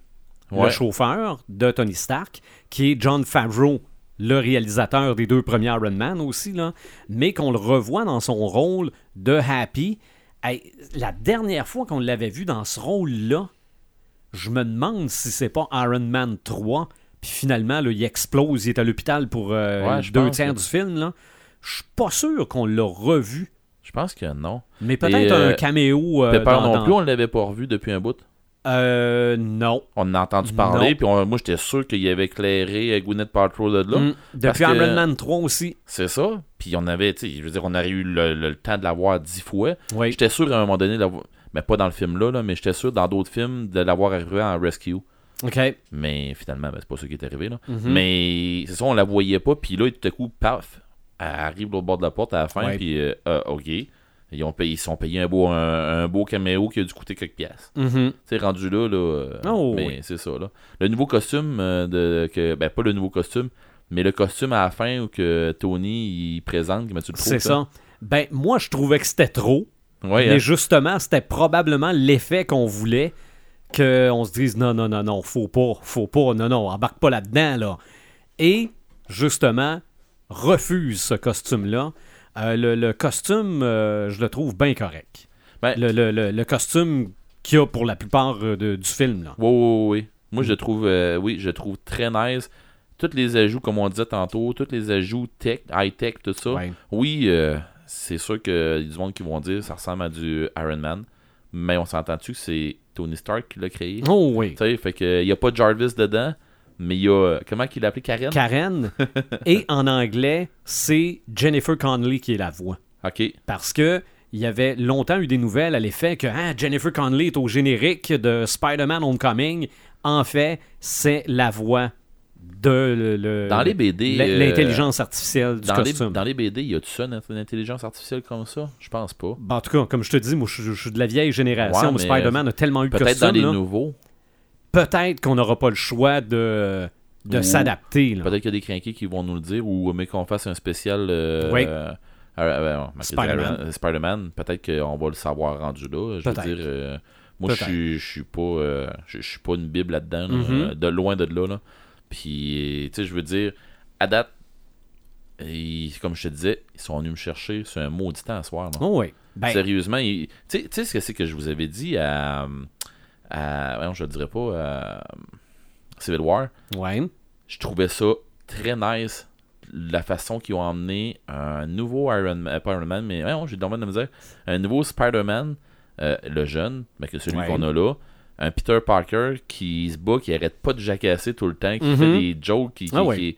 [SPEAKER 2] Ouais.
[SPEAKER 1] le chauffeur de Tony Stark, qui est John Favreau, le réalisateur des deux premiers Iron Man aussi, là, mais qu'on le revoit dans son rôle de Happy. Hey, la dernière fois qu'on l'avait vu dans ce rôle-là, je me demande si c'est pas Iron Man 3, puis finalement, là, il explose, il est à l'hôpital pour euh,
[SPEAKER 2] Ouais, je
[SPEAKER 1] deux
[SPEAKER 2] pense,
[SPEAKER 1] tiers
[SPEAKER 2] là.
[SPEAKER 1] du film. là. Je suis pas sûr qu'on l'a revu,
[SPEAKER 2] Je pense que non.
[SPEAKER 1] mais peut-être
[SPEAKER 2] Et, euh,
[SPEAKER 1] un caméo. euh,
[SPEAKER 2] Pepper
[SPEAKER 1] dans-
[SPEAKER 2] non
[SPEAKER 1] dans-
[SPEAKER 2] plus, on l'avait pas revu depuis un bout.
[SPEAKER 1] Euh, non.
[SPEAKER 2] On en a entendu parler,
[SPEAKER 1] Non.
[SPEAKER 2] puis on- moi j'étais sûr qu'il avait éclairé euh, Gwyneth Paltrow de là.
[SPEAKER 1] Mm.
[SPEAKER 2] parce
[SPEAKER 1] Depuis
[SPEAKER 2] que-
[SPEAKER 1] Iron Man 3 aussi.
[SPEAKER 2] C'est ça. Puis on avait, tu sais, je veux dire, on aurait eu le, le- le temps de l'avoir dix fois.
[SPEAKER 1] Oui.
[SPEAKER 2] J'étais sûr à un moment donné, de l'avoir- mais pas dans le film-là, là, mais j'étais sûr dans d'autres films de l'avoir arrivé en rescue.
[SPEAKER 1] OK.
[SPEAKER 2] Mais finalement, ben, c'est pas ça qui est arrivé. Là.
[SPEAKER 1] Mhm.
[SPEAKER 2] Mais c'est ça, on la voyait pas. Puis là, tout à coup, paf, elle arrive au bord de la porte à la fin.
[SPEAKER 1] Ouais.
[SPEAKER 2] Puis, euh, ah, OK. Ils ont payé, ils se sont payés un beau, un, un beau caméo qui a dû coûter quelques piastres.
[SPEAKER 1] Mhm.
[SPEAKER 2] Tu sais, rendu là, là. euh,
[SPEAKER 1] Oh,
[SPEAKER 2] mais
[SPEAKER 1] oui.
[SPEAKER 2] c'est ça, là. Le nouveau costume, euh, de, que, ben, pas le nouveau costume, mais le costume à la fin où que Tony il présente, comment tu le trouves
[SPEAKER 1] C'est ça. Ben, moi, je trouvais que c'était trop.
[SPEAKER 2] Ouais,
[SPEAKER 1] mais
[SPEAKER 2] hein.
[SPEAKER 1] justement, c'était probablement l'effet qu'on voulait. Qu'on se dise non, non, non, non, faut pas, faut pas, non, non, embarque pas là-dedans, là. Et, justement, refuse ce costume-là. Euh, le, le costume, euh, je le trouve bien correct.
[SPEAKER 2] Ben-
[SPEAKER 1] le, le- le- le costume qu'il y a pour la plupart euh, de- du film, là.
[SPEAKER 2] Ouais, ouais, ouais, ouais. Moi,
[SPEAKER 1] Mm.
[SPEAKER 2] je le trouve, euh, oui, je le trouve très nice. Toutes les ajouts, comme on disait tantôt, tous les ajouts tech, high-tech, tout ça.
[SPEAKER 1] Ouais.
[SPEAKER 2] Oui, euh, c'est sûr que y a du monde qui vont dire ça ressemble à du Iron Man, mais on s'entend-tu que c'est Tony Stark qui l'a créé?
[SPEAKER 1] Oh oui.
[SPEAKER 2] Tu sais, fait que y a pas Jarvis dedans, mais il y a euh, comment qu'il l'appelait Karen?
[SPEAKER 1] Karen. et en anglais, c'est Jennifer Connelly qui est la voix.
[SPEAKER 2] OK.
[SPEAKER 1] Parce que il y avait hein, longtemps eu des nouvelles à l'effet que Ah, Jennifer Connelly est au générique de Spider-Man Homecoming En fait, c'est la voix de le- le-
[SPEAKER 2] Dans les BD,
[SPEAKER 1] l'in-
[SPEAKER 2] euh,
[SPEAKER 1] l'intelligence artificielle du
[SPEAKER 2] Dans les,
[SPEAKER 1] costume.
[SPEAKER 2] dans les BD, y a-tu ça, une une intelligence artificielle comme ça Je pense pas.
[SPEAKER 1] Ben, en tout cas, comme je te dis, moi, je, je- je suis de la vieille génération.
[SPEAKER 2] Ouais,
[SPEAKER 1] mais
[SPEAKER 2] mais
[SPEAKER 1] Spider-Man a tellement eu de
[SPEAKER 2] Peut-être dans
[SPEAKER 1] costumes.
[SPEAKER 2] les
[SPEAKER 1] là.
[SPEAKER 2] nouveaux.
[SPEAKER 1] Peut-être qu'on n'aura pas le choix de, de
[SPEAKER 2] Ou-
[SPEAKER 1] s'adapter. là.
[SPEAKER 2] Peut-être qu'il y a des crinqués qui vont nous le dire ou mais qu'on fasse un spécial euh,
[SPEAKER 1] Oui.
[SPEAKER 2] euh, euh, euh, on va dire
[SPEAKER 1] Spider-Man.
[SPEAKER 2] Iron- euh, Spider-Man. Peut-être qu'on va le savoir rendu là. Je veux
[SPEAKER 1] Peut-être.
[SPEAKER 2] dire, euh, moi je
[SPEAKER 1] Peut-être.
[SPEAKER 2] suis- je suis pas, euh, je je suis pas une bible là-dedans, là,
[SPEAKER 1] Mhm.
[SPEAKER 2] euh, de loin de là. là. Puis tu sais, je veux dire, à date, ils- comme je te disais, ils sont venus me chercher sur un maudit temps à soir. là.
[SPEAKER 1] Oh, oui. Ben,
[SPEAKER 2] Sérieusement, il- tu sais- tu sais ce que c'est que je vous avais dit à, à voyons, je le dirais pas, à Civil War
[SPEAKER 1] ouais.
[SPEAKER 2] je trouvais ça très nice la façon qu'ils ont emmené un nouveau Iron Man, euh, pas Iron Man, mais ouais, non, j'ai dans de la misère, un nouveau Spider-Man, euh, le jeune, mais que celui
[SPEAKER 1] Ouais.
[SPEAKER 2] qu'on a là, un Peter Parker qui se bat, qui arrête pas de jacasser tout le temps, qui
[SPEAKER 1] Mhm.
[SPEAKER 2] fait des jokes, qui, qui-
[SPEAKER 1] Ah ouais.
[SPEAKER 2] qui-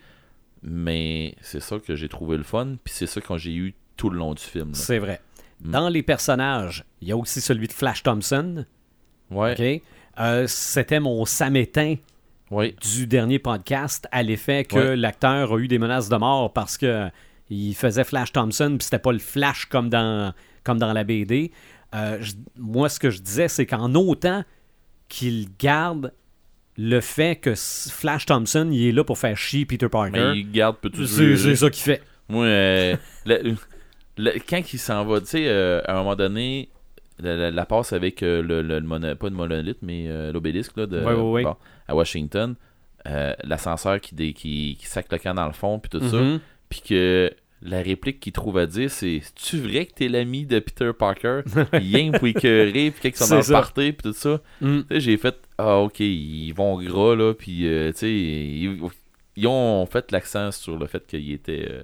[SPEAKER 2] mais c'est ça que j'ai trouvé le fun, puis c'est ça que j'ai eu tout le long du film. là.
[SPEAKER 1] C'est vrai.
[SPEAKER 2] Mm.
[SPEAKER 1] Dans les personnages, il y a aussi celui de Flash Thompson.
[SPEAKER 2] Ouais,
[SPEAKER 1] OK? Euh, C'était mon samétain
[SPEAKER 2] ouais,
[SPEAKER 1] du dernier podcast à l'effet que
[SPEAKER 2] Ouais.
[SPEAKER 1] l'acteur a eu des menaces de mort parce que euh, il faisait Flash Thompson, puis c'était pas le Flash comme dans, comme dans la BD. Euh, je- moi, ce que je disais, c'est qu'en autant qu'il garde le fait que s- Flash Thompson, il est là pour faire chier Peter
[SPEAKER 2] mais
[SPEAKER 1] Parker,
[SPEAKER 2] il garde petit
[SPEAKER 1] Hein? c'est c'est ça qu'il fait.
[SPEAKER 2] Moi, euh, le- le- quand il s'en va, tu sais, euh, à un moment donné, la, la- la passe avec euh, le, le- le mono- pas le monolithe, mais euh, l'obélisque là, de,
[SPEAKER 1] Ouais, ouais, ouais.
[SPEAKER 2] bon, à Washington, euh, l'ascenseur qui, dé- qui, qui sac le camp dans le fond, puis tout ça,
[SPEAKER 1] Mhm.
[SPEAKER 2] puis que la réplique qu'il trouve à dire, c'est « tu vrai que t'es l'ami de Peter Parker? » Rien pour écœurer, puis quand ils sont
[SPEAKER 1] C'est
[SPEAKER 2] dans le
[SPEAKER 1] ça.
[SPEAKER 2] party, puis tout ça.
[SPEAKER 1] Mm.
[SPEAKER 2] Tu sais, j'ai fait Ah, ok, ils vont gras, là, puis euh, tu sais, ils, ils ont fait l'accent sur le fait qu'ils étaient. Euh,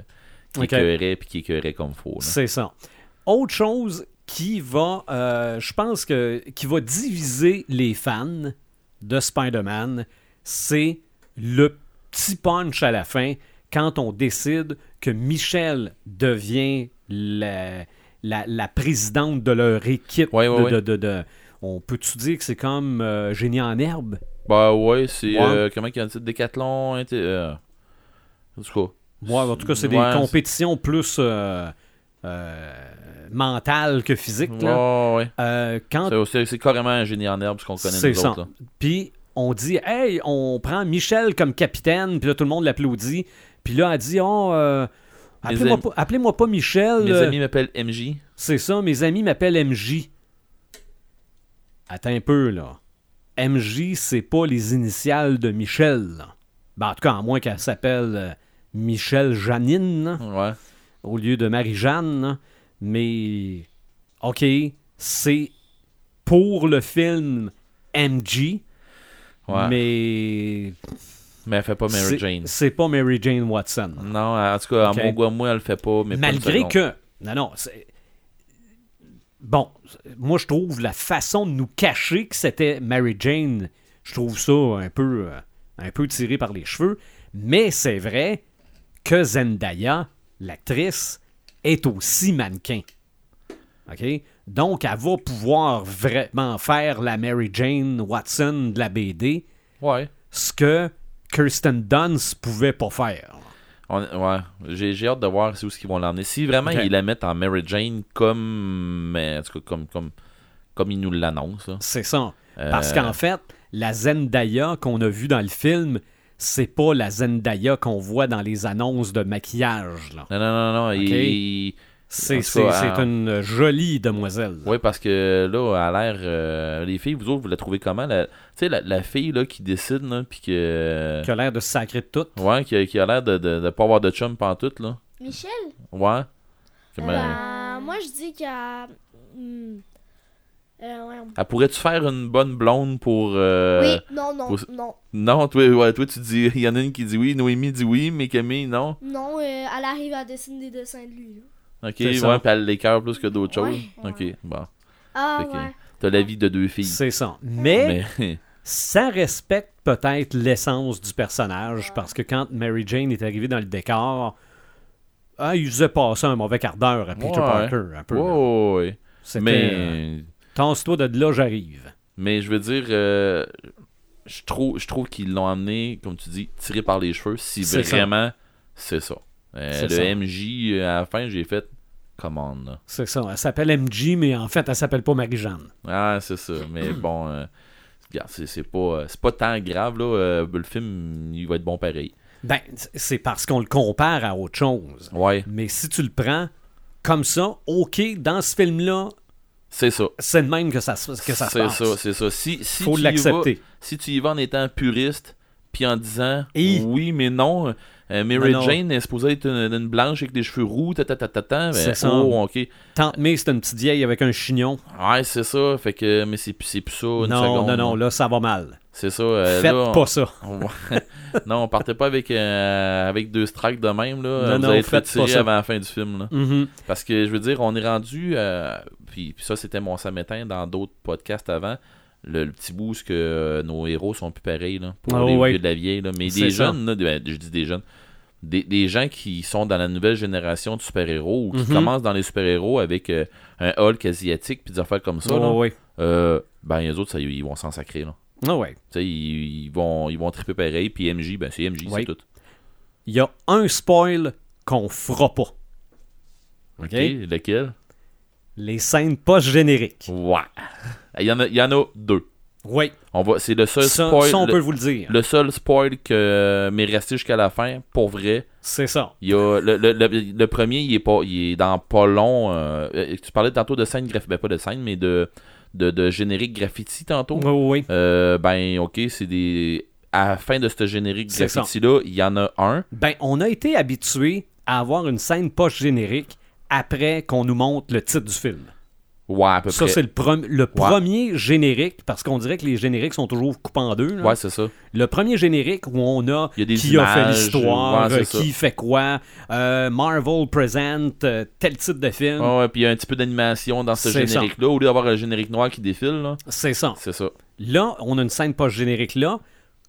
[SPEAKER 2] qu'ils
[SPEAKER 1] Ok.
[SPEAKER 2] écœuraient, puis qu'ils écœuraient comme faux. là.
[SPEAKER 1] C'est ça. Autre chose qui va, euh, je pense que, qui va diviser les fans de Spider-Man, c'est le petit punch à la fin quand on décide que Michelle devient la, la, la présidente de leur équipe.
[SPEAKER 2] Ouais, ouais,
[SPEAKER 1] de,
[SPEAKER 2] ouais.
[SPEAKER 1] de- de- de- on peut-tu dire que c'est comme euh, génie en herbe?
[SPEAKER 2] Bah ouais, c'est.
[SPEAKER 1] Ouais.
[SPEAKER 2] euh, comment qu'il y a un titre Décathlon inté- euh, En tout cas.
[SPEAKER 1] Ouais, en tout cas, c'est
[SPEAKER 2] Ouais,
[SPEAKER 1] des compétitions plus euh, euh, mentales que physiques.
[SPEAKER 2] Ouais,
[SPEAKER 1] là.
[SPEAKER 2] ouais, ouais.
[SPEAKER 1] Euh, quand
[SPEAKER 2] C'est- C'est c'est carrément un génie en herbe, ce qu'on connaît
[SPEAKER 1] C'est
[SPEAKER 2] nous
[SPEAKER 1] ça.
[SPEAKER 2] autres. là.
[SPEAKER 1] Puis on dit Hey, on prend Michel comme capitaine, puis là tout le monde l'applaudit. Puis là, elle dit Oh, euh,
[SPEAKER 2] Mes
[SPEAKER 1] appelez-moi
[SPEAKER 2] amis-
[SPEAKER 1] pas, appelez-moi pas Michel.
[SPEAKER 2] Mes
[SPEAKER 1] euh,
[SPEAKER 2] amis m'appellent MJ.
[SPEAKER 1] C'est ça, mes amis m'appellent MJ. Attends un peu, là. MJ, c'est pas les initiales de Michel. là. Ben, en tout cas, à moins qu'elle s'appelle euh, Michel Janine. là
[SPEAKER 2] Ouais.
[SPEAKER 1] au lieu de Marie-Jeanne. là. Mais, OK, c'est pour le film MG,
[SPEAKER 2] Ouais. Mais...
[SPEAKER 1] mais
[SPEAKER 2] elle fait pas Mary
[SPEAKER 1] c'est-
[SPEAKER 2] Jane.
[SPEAKER 1] c'est pas Mary Jane Watson.
[SPEAKER 2] Non, en tout cas,
[SPEAKER 1] Ok.
[SPEAKER 2] à mon goût, à moi, elle le fait pas. Mais pas une
[SPEAKER 1] Malgré
[SPEAKER 2] seconde.
[SPEAKER 1] que... Non, non, c'est... Bon, moi, je trouve la façon de nous cacher que c'était Mary Jane, je trouve ça un peu, euh, un peu tiré par les cheveux. Mais c'est vrai que Zendaya, l'actrice, est aussi mannequin. OK? Donc, elle va pouvoir vraiment faire la Mary Jane Watson de la BD,
[SPEAKER 2] Ouais.
[SPEAKER 1] ce que Kirsten Dunst pouvait pas faire.
[SPEAKER 2] On- ouais, j'ai j'ai hâte de voir c'est où ce qu'ils vont l'emmener. Si vraiment
[SPEAKER 1] Ok.
[SPEAKER 2] ils la mettent en Mary Jane comme mais, en tout cas, comme comme comme ils nous l'annoncent. là.
[SPEAKER 1] C'est ça.
[SPEAKER 2] Euh,
[SPEAKER 1] Parce qu'en fait, la Zendaya qu'on a vue dans le film, c'est pas la Zendaya qu'on voit dans les annonces de maquillage. là.
[SPEAKER 2] Non non non non,
[SPEAKER 1] Ok.
[SPEAKER 2] il- En
[SPEAKER 1] C'est
[SPEAKER 2] tout
[SPEAKER 1] c'est-
[SPEAKER 2] cas,
[SPEAKER 1] c'est
[SPEAKER 2] en-
[SPEAKER 1] une jolie demoiselle.
[SPEAKER 2] ouais parce que là à l'air euh, les filles vous autres vous la trouvez comment la tu sais la, la fille là qui décide là puis que
[SPEAKER 1] Qui a l'air de se sacrer de tout.
[SPEAKER 2] ouais qui a, qui a l'air de, de, de pas avoir de chum pantoute là.
[SPEAKER 4] Michel?
[SPEAKER 2] Ouais. Comment-
[SPEAKER 4] Euh,
[SPEAKER 3] Ben, moi, je dis qu'il y a. hmm, euh, ouais, on-
[SPEAKER 2] Elle pourrait-tu faire une bonne blonde pour euh,
[SPEAKER 3] oui, non, non,
[SPEAKER 2] pour-
[SPEAKER 3] non.
[SPEAKER 2] Non, toi, ouais, toi tu dis il y en a une qui dit oui, Noémie dit oui, mais Camille non.
[SPEAKER 3] Non, euh, elle arrive à dessiner des dessins de lui. là.
[SPEAKER 2] Ok,
[SPEAKER 1] C'est
[SPEAKER 2] ouais,
[SPEAKER 1] ça.
[SPEAKER 2] puis elle l'écœure plus que d'autres
[SPEAKER 3] Ouais,
[SPEAKER 2] choses. Ok, bon.
[SPEAKER 3] Ah,
[SPEAKER 2] Fait que-
[SPEAKER 3] ouais.
[SPEAKER 2] T'as la vie de deux filles.
[SPEAKER 1] C'est ça. Mais,
[SPEAKER 2] Mais,
[SPEAKER 1] ça respecte peut-être l'essence du personnage parce que quand Mary Jane est arrivée dans le décor, ah, il faisait passer un mauvais quart d'heure à Peter
[SPEAKER 2] Ouais.
[SPEAKER 1] Parker. Un peu. là.
[SPEAKER 2] Ouais, ouais.
[SPEAKER 1] C'était, euh,
[SPEAKER 2] mais,
[SPEAKER 1] Tasse-toi de là, j'arrive.
[SPEAKER 2] mais je veux dire, euh, je trouve, je trouve qu'ils l'ont amené, comme tu dis, tiré par les cheveux. Si
[SPEAKER 1] C'est ça.
[SPEAKER 2] vraiment, c'est ça. Euh,
[SPEAKER 1] C'est
[SPEAKER 2] le
[SPEAKER 1] ça.
[SPEAKER 2] MJ, euh, à la fin, j'ai fait commande. là.
[SPEAKER 1] C'est ça. Elle s'appelle MJ, mais en fait, elle s'appelle pas Marie-Jeanne.
[SPEAKER 2] Ah, c'est ça. Mais bon, euh, regarde, c'est, c'est pas, euh, c'est pas tant grave. Là, euh, le film, il va être bon pareil.
[SPEAKER 1] Ben, c'est parce qu'on le compare à autre chose.
[SPEAKER 2] Ouais,
[SPEAKER 1] Mais si tu le prends comme ça, OK, dans ce film-là,
[SPEAKER 2] c'est ça.
[SPEAKER 1] c'est de même que ça, se- que ça se
[SPEAKER 2] c'est
[SPEAKER 1] passe.
[SPEAKER 2] ça, c'est ça. Si, si
[SPEAKER 1] Faut
[SPEAKER 2] tu y
[SPEAKER 1] l'accepter.
[SPEAKER 2] vas- si tu y vas en étant puriste, puis en disant
[SPEAKER 1] Et-
[SPEAKER 2] oui, mais non, euh, Mary
[SPEAKER 1] Non, non.
[SPEAKER 2] Jane est supposée être une, une blanche avec des cheveux roux, ta ta ta ta ta, ben,
[SPEAKER 1] C'est ça.
[SPEAKER 2] oh, ok.
[SPEAKER 1] Tante May, c'est une petite vieille avec un chignon.
[SPEAKER 2] Ouais, c'est ça. Fait que, mais c'est, c'est plus ça. Une
[SPEAKER 1] non,
[SPEAKER 2] seconde.
[SPEAKER 1] non, non, là, ça va mal.
[SPEAKER 2] C'est ça. euh,
[SPEAKER 1] Faites
[SPEAKER 2] là, on-
[SPEAKER 1] pas ça.
[SPEAKER 2] on- non, on partait pas avec, euh, avec deux strikes de même. Là.
[SPEAKER 1] Non,
[SPEAKER 2] Vous
[SPEAKER 1] non,
[SPEAKER 2] allez être
[SPEAKER 1] faites pas
[SPEAKER 2] retirés
[SPEAKER 1] ça.
[SPEAKER 2] avant la fin du film. Là.
[SPEAKER 1] Mhm.
[SPEAKER 2] Parce que je veux dire, on est rendu, euh, puis, puis ça c'était mon samétain dans d'autres podcasts avant, le, le petit bout où ce que euh, nos héros sont plus pareils là, pour
[SPEAKER 1] Ah
[SPEAKER 2] les
[SPEAKER 1] ouais.
[SPEAKER 2] vieux de la vieille. Là. Mais
[SPEAKER 1] C'est
[SPEAKER 2] des
[SPEAKER 1] ça.
[SPEAKER 2] jeunes, là, ben, je dis des jeunes, des, des gens qui sont dans la nouvelle génération de super-héros ou qui
[SPEAKER 1] Mhm.
[SPEAKER 2] commencent dans les super-héros avec euh, un Hulk asiatique puis des affaires comme ça, là,
[SPEAKER 1] Oh, oui.
[SPEAKER 2] euh, ben les autres, ça, ils vont s'en sacrer. Là.
[SPEAKER 1] Ah ouais.
[SPEAKER 2] Tu sais, Ils, ils vont, ils vont triper pareil, puis MJ, ben c'est MJ,
[SPEAKER 1] Ouais.
[SPEAKER 2] c'est tout.
[SPEAKER 1] Il y a un spoil qu'on fera pas.
[SPEAKER 2] OK, lequel?
[SPEAKER 1] Les scènes post-génériques.
[SPEAKER 2] Ouais. Il y en a, il y en a deux.
[SPEAKER 1] Oui.
[SPEAKER 2] On va, c'est le seul
[SPEAKER 1] Ça,
[SPEAKER 2] spoil.
[SPEAKER 1] ça, on
[SPEAKER 2] le-
[SPEAKER 1] peut vous le dire.
[SPEAKER 2] Le seul spoil que euh, m'est resté jusqu'à la fin, pour vrai,
[SPEAKER 1] C'est ça.
[SPEAKER 2] il y a le, le- le- le premier, il est pas, il est dans pas long. euh, euh, tu parlais tantôt de scène graphique, ben pas de scène, mais de, de, de générique graffiti tantôt.
[SPEAKER 1] Oui, oui, oui.
[SPEAKER 2] Euh, ben ok, c'est des. À la fin de ce générique
[SPEAKER 1] C'est ça.
[SPEAKER 2] graffiti là, il y en a un.
[SPEAKER 1] Ben, on a été habitué à avoir une scène post-générique après qu'on nous montre le titre du film.
[SPEAKER 2] Ouais, à peu
[SPEAKER 1] Ça,
[SPEAKER 2] près.
[SPEAKER 1] c'est le, premi- le premier générique, parce qu'on dirait que les génériques sont toujours coupés en deux. là.
[SPEAKER 2] Ouais, c'est ça.
[SPEAKER 1] Le premier générique où on a,
[SPEAKER 2] Il y a des
[SPEAKER 1] qui a fait
[SPEAKER 2] images,
[SPEAKER 1] l'histoire,
[SPEAKER 2] ouais, c'est
[SPEAKER 1] euh, qui fait quoi, euh, Marvel présente euh, tel type de film.
[SPEAKER 2] Ah ouais, puis il y a un petit peu d'animation dans ce
[SPEAKER 1] C'est ça.
[SPEAKER 2] générique là, au lieu d'avoir un générique noir qui défile là.
[SPEAKER 1] C'est ça.
[SPEAKER 2] C'est ça.
[SPEAKER 1] Là, on a une scène post-générique là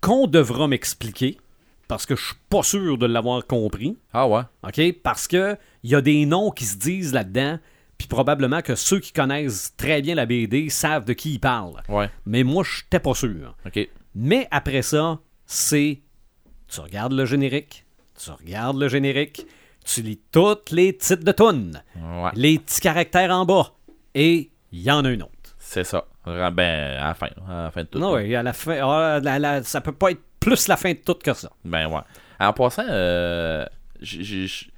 [SPEAKER 1] qu'on devra m'expliquer parce que je suis pas sûr de l'avoir compris.
[SPEAKER 2] Ah ouais.
[SPEAKER 1] OK? Parce que il y a des noms qui se disent là-dedans, puis probablement que ceux qui connaissent très bien la BD savent de qui ils parlent.
[SPEAKER 2] Ouais.
[SPEAKER 1] Mais moi, je n'étais pas sûr.
[SPEAKER 2] Ok.
[SPEAKER 1] Mais après ça, c'est tu regardes le générique, tu regardes le générique, tu lis tous les titres de tunes,
[SPEAKER 2] Ouais.
[SPEAKER 1] les petits caractères en bas, et il y en a un autre.
[SPEAKER 2] C'est ça. Ra- Ben, à la fin. À la fin de tout.
[SPEAKER 1] Non,
[SPEAKER 2] là.
[SPEAKER 1] oui, à la fin, ah, la- la- ça peut pas être plus la fin de tout que ça.
[SPEAKER 2] Ben ouais. En passant, euh, j'ai- j'ai- j'ai-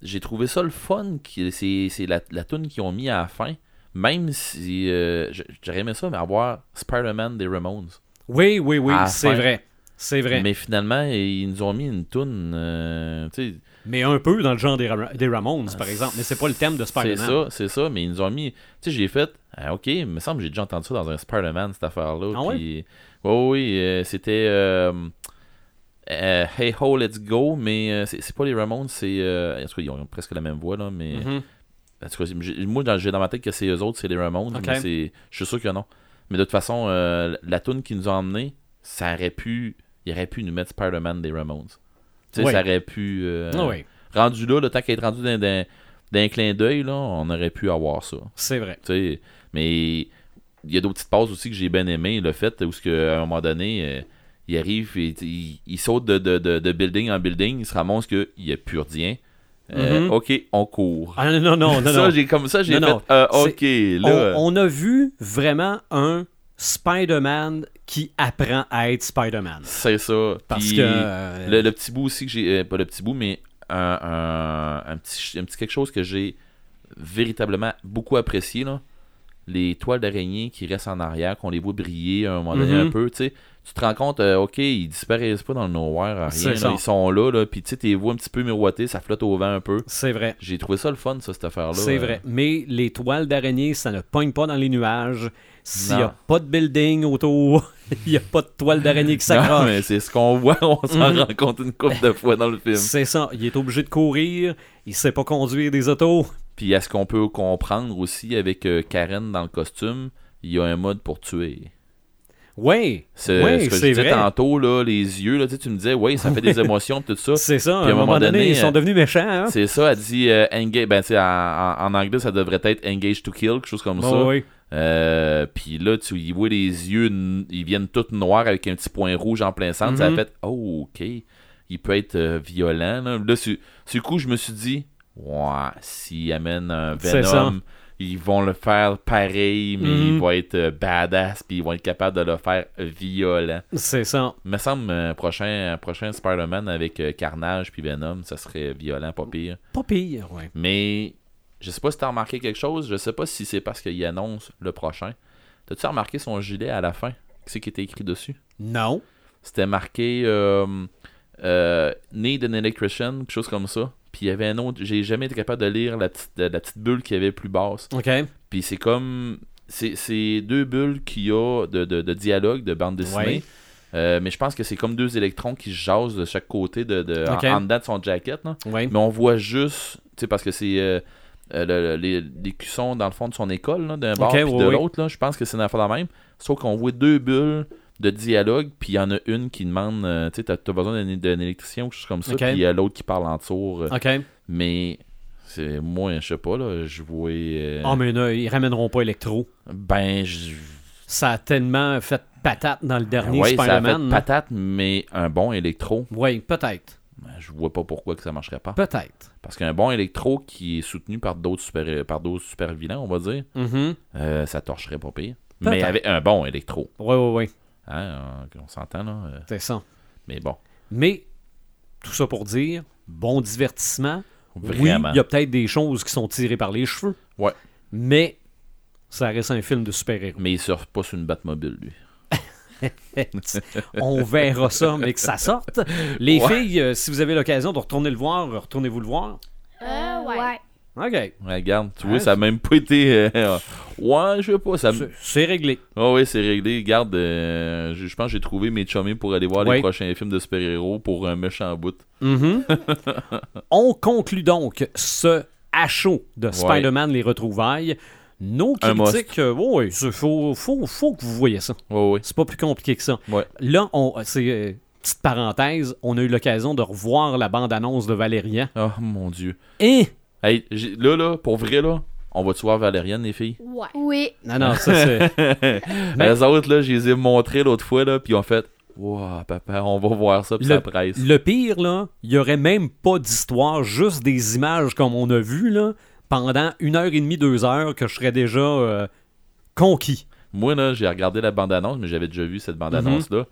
[SPEAKER 2] j'ai trouvé ça le fun. qui- C'est c'est la, la toune qu'ils ont mis à la fin. Même si euh, j- j'aurais aimé ça, mais avoir Spider-Man des Ramones.
[SPEAKER 1] Oui, oui, oui,
[SPEAKER 2] À la
[SPEAKER 1] c'est
[SPEAKER 2] fin.
[SPEAKER 1] vrai. C'est vrai. Mais,
[SPEAKER 2] Ah, Mais finalement, ils nous ont mis une toune. euh, tu sais,
[SPEAKER 1] un peu dans le genre des, Ra- des Ramones, par exemple. Mais c'est pas le thème de
[SPEAKER 2] Ah, c'est
[SPEAKER 1] Spider-Man.
[SPEAKER 2] ça, c'est ça, mais ils nous ont mis. Tu sais, j'ai fait. ah, ok, il me semble que j'ai déjà entendu ça dans un Spider-Man, cette affaire-là.
[SPEAKER 1] Ah ouais?
[SPEAKER 2] puis- ouais, oui, euh, c'était. euh, euh, hey ho, let's go, mais euh, c'est c'est pas les Ramones, c'est. euh, en tout cas, ils ont presque la même voix, là, mais.
[SPEAKER 1] Mhm.
[SPEAKER 2] En tout cas, j'ai- moi, dans- j'ai dans ma tête que c'est eux autres, c'est les Ramones,
[SPEAKER 1] Ok.
[SPEAKER 2] mais c'est- je suis sûr que non. Mais de toute façon, euh, la toune qu'ils nous ont emmenée, ça aurait pu. Il aurait pu nous mettre Spider-Man des Ramones. Tu sais,
[SPEAKER 1] Oui.
[SPEAKER 2] ça aurait pu. euh,
[SPEAKER 1] Ah oui,
[SPEAKER 2] rendu là, le temps qu'il est rendu d'un, d'un, d'un clin d'œil, là, on aurait pu avoir ça.
[SPEAKER 1] c'est vrai.
[SPEAKER 2] Tu sais, mais il y a d'autres petites passes aussi que j'ai bien aimé. Le fait où, ce que, à un moment donné, euh, il arrive, et, il, il saute de, de- de- de building en building, il se ramasse qu'il n'y a plus rien. Euh,
[SPEAKER 1] Mhm.
[SPEAKER 2] Ok, on court.
[SPEAKER 1] Ah non, non, non, non.
[SPEAKER 2] ça,
[SPEAKER 1] non.
[SPEAKER 2] j'ai comme ça, j'ai
[SPEAKER 1] Non, non.
[SPEAKER 2] fait, euh,
[SPEAKER 1] C'est-
[SPEAKER 2] ok, là.
[SPEAKER 1] On, on a vu vraiment un Spider-Man qui apprend à être Spider-Man.
[SPEAKER 2] C'est ça.
[SPEAKER 1] Parce
[SPEAKER 2] Puis,
[SPEAKER 1] que. euh,
[SPEAKER 2] Le, le petit bout aussi que j'ai. euh, pas le petit bout, mais un, un- un petit, un petit quelque chose que j'ai véritablement beaucoup apprécié. Là. Les toiles d'araignée qui restent en arrière, qu'on les voit briller à un moment donné
[SPEAKER 1] Mhm.
[SPEAKER 2] un peu. Tu sais. Tu te rends compte, euh, ok, ils disparaissent pas dans le nowhere, à
[SPEAKER 1] C'est
[SPEAKER 2] rien. là.
[SPEAKER 1] ça.
[SPEAKER 2] ils sont là, là puis tu sais, tu les vois un petit peu miroiter, ça flotte au vent un peu.
[SPEAKER 1] C'est vrai.
[SPEAKER 2] J'ai trouvé ça le fun, ça, cette affaire-là.
[SPEAKER 1] C'est
[SPEAKER 2] euh.
[SPEAKER 1] vrai. Mais les toiles d'araignée, ça ne pogne pas dans les nuages. S'il n'y a
[SPEAKER 2] Non.
[SPEAKER 1] pas de building autour, il n'y a pas de toile d'araignée qui
[SPEAKER 2] Non,
[SPEAKER 1] s'accroche.
[SPEAKER 2] mais c'est ce qu'on voit, on s'en
[SPEAKER 1] Mm-hmm.
[SPEAKER 2] rend compte une couple de fois dans le film.
[SPEAKER 1] C'est ça. Il est obligé de courir. Il sait pas conduire des autos.
[SPEAKER 2] Puis à ce qu'on peut comprendre aussi avec euh, Karen dans le costume, il y a un mode pour tuer.
[SPEAKER 1] Oui.
[SPEAKER 2] C'est
[SPEAKER 1] Oui,
[SPEAKER 2] ce que je
[SPEAKER 1] c'est
[SPEAKER 2] disais
[SPEAKER 1] vrai.
[SPEAKER 2] tantôt, là, les yeux, là, tu, sais, tu me disais, oui, ça fait des émotions, tout ça.
[SPEAKER 1] C'est ça.
[SPEAKER 2] Puis
[SPEAKER 1] à un moment, donné, ils sont
[SPEAKER 2] euh,
[SPEAKER 1] devenus méchants. hein?
[SPEAKER 2] C'est ça, elle dit engage, ben, tu sais, en, en- en anglais, ça devrait être engage to kill, quelque chose comme
[SPEAKER 1] Oh,
[SPEAKER 2] ça.
[SPEAKER 1] oui.
[SPEAKER 2] Euh, puis là, tu y vois les yeux, n- ils viennent tous noirs avec un petit point rouge en plein centre. Ça
[SPEAKER 1] Mhm.
[SPEAKER 2] a fait, oh, ok, il peut être euh, violent. Là, là sur, sur le coup, je me suis dit, ouais, s'il amène un
[SPEAKER 1] C'est ça.
[SPEAKER 2] Venom, ils vont le faire pareil, mais
[SPEAKER 1] Mhm.
[SPEAKER 2] il va être euh, badass, puis ils vont être capables de le faire violent.
[SPEAKER 1] C'est ça.
[SPEAKER 2] Il me semble, euh, prochain, prochain Spider-Man avec euh, Carnage puis Venom, ça serait violent, pas pire.
[SPEAKER 1] Pas pire, ouais.
[SPEAKER 2] Mais je sais pas si t'as remarqué quelque chose. Je sais pas si c'est parce qu'il annonce le prochain. T'as-tu remarqué son gilet à la fin Qu'est-ce qui était écrit dessus
[SPEAKER 1] Non.
[SPEAKER 2] C'était marqué euh, euh, Need an electrician, quelque chose comme ça. Puis il y avait un autre. J'ai jamais été capable de lire la petite, la petite bulle qu'il y avait plus basse.
[SPEAKER 1] OK.
[SPEAKER 2] Puis c'est comme. C'est c'est deux bulles qu'il y a de, de- de dialogue, de bande dessinée.
[SPEAKER 1] Ouais.
[SPEAKER 2] Euh, mais je pense que c'est comme deux électrons qui se jasent de chaque côté de, de, en-
[SPEAKER 1] Ok.
[SPEAKER 2] en, dedans de son jacket. Là.
[SPEAKER 1] Ouais.
[SPEAKER 2] Mais on voit juste, tu sais, parce que c'est euh, euh, le- le- les, les cuissons dans le fond de son école, là, d'un bord
[SPEAKER 1] Ok,
[SPEAKER 2] puis
[SPEAKER 1] oui,
[SPEAKER 2] de
[SPEAKER 1] oui.
[SPEAKER 2] l'autre, là, je pense que c'est une affaire la même. Sauf qu'on voit deux bulles de dialogue, puis il y en a une qui demande, euh, tu sais, t'as, t'as besoin d'un, d'un électricien ou quelque chose comme ça,
[SPEAKER 1] Ok.
[SPEAKER 2] puis il y a l'autre qui parle en tour. euh,
[SPEAKER 1] OK.
[SPEAKER 2] Mais c'est moi, je sais pas, là, je vois. euh,
[SPEAKER 1] Oh, mais là, ils ramèneront pas Electro.
[SPEAKER 2] Ben, je.
[SPEAKER 1] Ça a tellement fait patate dans le dernier
[SPEAKER 2] ouais, ça a fait
[SPEAKER 1] Spider-Man. hein. là.
[SPEAKER 2] patate, mais un bon électro,
[SPEAKER 1] Ouais, peut-être.
[SPEAKER 2] ben, je vois pas pourquoi que ça marcherait pas.
[SPEAKER 1] Peut-être.
[SPEAKER 2] Parce qu'un bon électro qui est soutenu par d'autres super, par d'autres super vilains, on va dire,
[SPEAKER 1] Mhm.
[SPEAKER 2] Euh, ça torcherait pas pire.
[SPEAKER 1] Peut-être.
[SPEAKER 2] Mais avec un bon électro.
[SPEAKER 1] Ouais, ouais, ouais.
[SPEAKER 2] Hein, on, on s'entend, là. euh,
[SPEAKER 1] C'est ça.
[SPEAKER 2] Mais bon,
[SPEAKER 1] Mais, tout ça pour dire, bon divertissement.
[SPEAKER 2] vraiment.
[SPEAKER 1] Oui, il y a peut-être des choses qui sont tirées par les cheveux.
[SPEAKER 2] Ouais.
[SPEAKER 1] Mais, ça reste un film de super-héros.
[SPEAKER 2] Mais il surfe pas sur une Batmobile, lui.
[SPEAKER 1] on verra ça, mais que ça sorte. Les
[SPEAKER 2] Ouais.
[SPEAKER 1] filles, euh, si vous avez l'occasion de retourner le voir, retournez-vous le voir.
[SPEAKER 3] Euh, ouais.
[SPEAKER 1] OK.
[SPEAKER 2] Ouais, Regarde, tu
[SPEAKER 1] Ouais,
[SPEAKER 2] vois, ça a même pas été. euh, ouais, je sais pas. Ça... me-
[SPEAKER 1] C'est- C'est réglé.
[SPEAKER 2] Ah oui, c'est réglé. Regarde, euh, je je pense que j'ai trouvé mes chummés pour aller voir
[SPEAKER 1] Ouais.
[SPEAKER 2] les prochains films de super-héros pour un méchant bout.
[SPEAKER 1] Mhm. on conclut donc ce à chaud de Spider-Man Les Retrouvailles. Nos
[SPEAKER 2] Un must.
[SPEAKER 1] critiques, euh, oh oui, il faut, faut- faut que vous voyez ça.
[SPEAKER 2] Ouais, ouais.
[SPEAKER 1] C'est pas plus compliqué que ça.
[SPEAKER 2] Ouais.
[SPEAKER 1] Là, on, c'est euh, petite parenthèse, on a eu l'occasion de revoir la bande-annonce de Valérian.
[SPEAKER 2] Oh mon dieu.
[SPEAKER 1] Et
[SPEAKER 2] Hey, j'ai- là, là, pour vrai, là, on va-tu voir Valériane, les filles?
[SPEAKER 3] Ouais.
[SPEAKER 4] Oui.
[SPEAKER 1] non, non, ça c'est Ben-
[SPEAKER 2] Les autres, là, je les ai montrés l'autre fois, là, puis ils ont fait. Wow, papa, on va voir ça, puis
[SPEAKER 1] Le-
[SPEAKER 2] ça presse.
[SPEAKER 1] le pire là. Il y aurait même pas d'histoire, juste des images comme on a vu là pendant une heure et demie, deux heures que je serais déjà euh, conquis.
[SPEAKER 2] Moi, là, j'ai regardé la bande-annonce, mais j'avais déjà vu cette bande-annonce-là.
[SPEAKER 1] Mhm.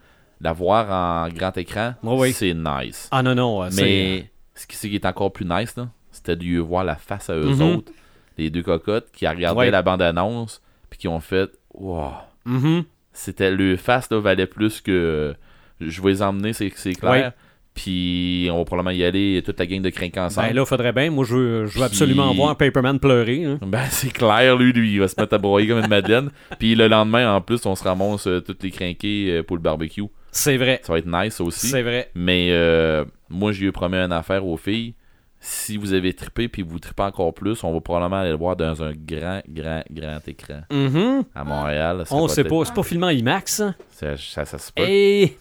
[SPEAKER 2] La voir en grand écran,
[SPEAKER 1] Ouais, ouais.
[SPEAKER 2] c'est nice.
[SPEAKER 1] Ah non non, euh, c'est-
[SPEAKER 2] mais ce qui, ce qui est encore plus nice, là, c'était de lui voir la face à eux
[SPEAKER 1] Mhm.
[SPEAKER 2] autres, les deux cocottes, qui regardaient
[SPEAKER 1] Ouais.
[SPEAKER 2] la bande-annonce, puis qui ont fait Wow,
[SPEAKER 1] Mhm.
[SPEAKER 2] c'était le face, là, valait plus que. Je vais les emmener, c'est c'est
[SPEAKER 1] Ouais.
[SPEAKER 2] clair. Puis on va probablement y aller, toute la gang de crinques ensemble.
[SPEAKER 1] Ben là, faudrait bien. Moi, je veux, je veux
[SPEAKER 2] Puis-
[SPEAKER 1] absolument voir Paperman pleurer. hein.
[SPEAKER 2] Ben, c'est clair, lui, lui, il va se mettre à broyer comme une madeleine. Puis le lendemain, en plus, on se ramasse euh, toutes les crinqués euh, pour le barbecue.
[SPEAKER 1] C'est vrai.
[SPEAKER 2] Ça va être nice aussi.
[SPEAKER 1] C'est vrai.
[SPEAKER 2] Mais euh, moi, j'ai promis une affaire aux filles. Si vous avez trippé puis vous tripez encore plus, on va probablement aller le voir dans un grand, grand, grand écran
[SPEAKER 1] Mhm.
[SPEAKER 2] à Montréal. ça
[SPEAKER 1] On
[SPEAKER 2] serait
[SPEAKER 1] sait
[SPEAKER 2] peut-être-
[SPEAKER 1] pas. C'est pas filmé en IMAX. hein?
[SPEAKER 2] Ça, ça, ça se peut.
[SPEAKER 1] Et...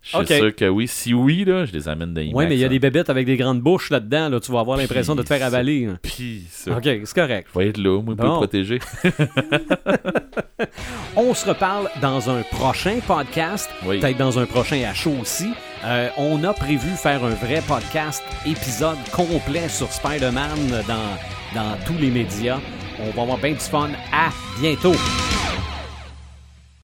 [SPEAKER 2] Je suis
[SPEAKER 1] ok.
[SPEAKER 2] sûr que oui. Si oui, là, je les amène dans
[SPEAKER 1] Ouais, mais il y a
[SPEAKER 2] IMAX, hein.
[SPEAKER 1] des bébêtes avec des grandes bouches là-dedans. Là, tu vas avoir l'impression de te faire
[SPEAKER 2] Puis-
[SPEAKER 1] avaler. hein.
[SPEAKER 2] hein. Pis, ça.
[SPEAKER 1] Ok, c'est correct.
[SPEAKER 2] Je vais être là, moi, pour
[SPEAKER 1] Bon.
[SPEAKER 2] le protéger.
[SPEAKER 1] On se reparle dans un prochain podcast,
[SPEAKER 2] Oui.
[SPEAKER 1] peut-être dans un prochain à chaud aussi. Euh, on a prévu faire un vrai podcast, épisode complet sur Spider-Man dans, dans tous les médias. On va avoir bien du fun. À bientôt!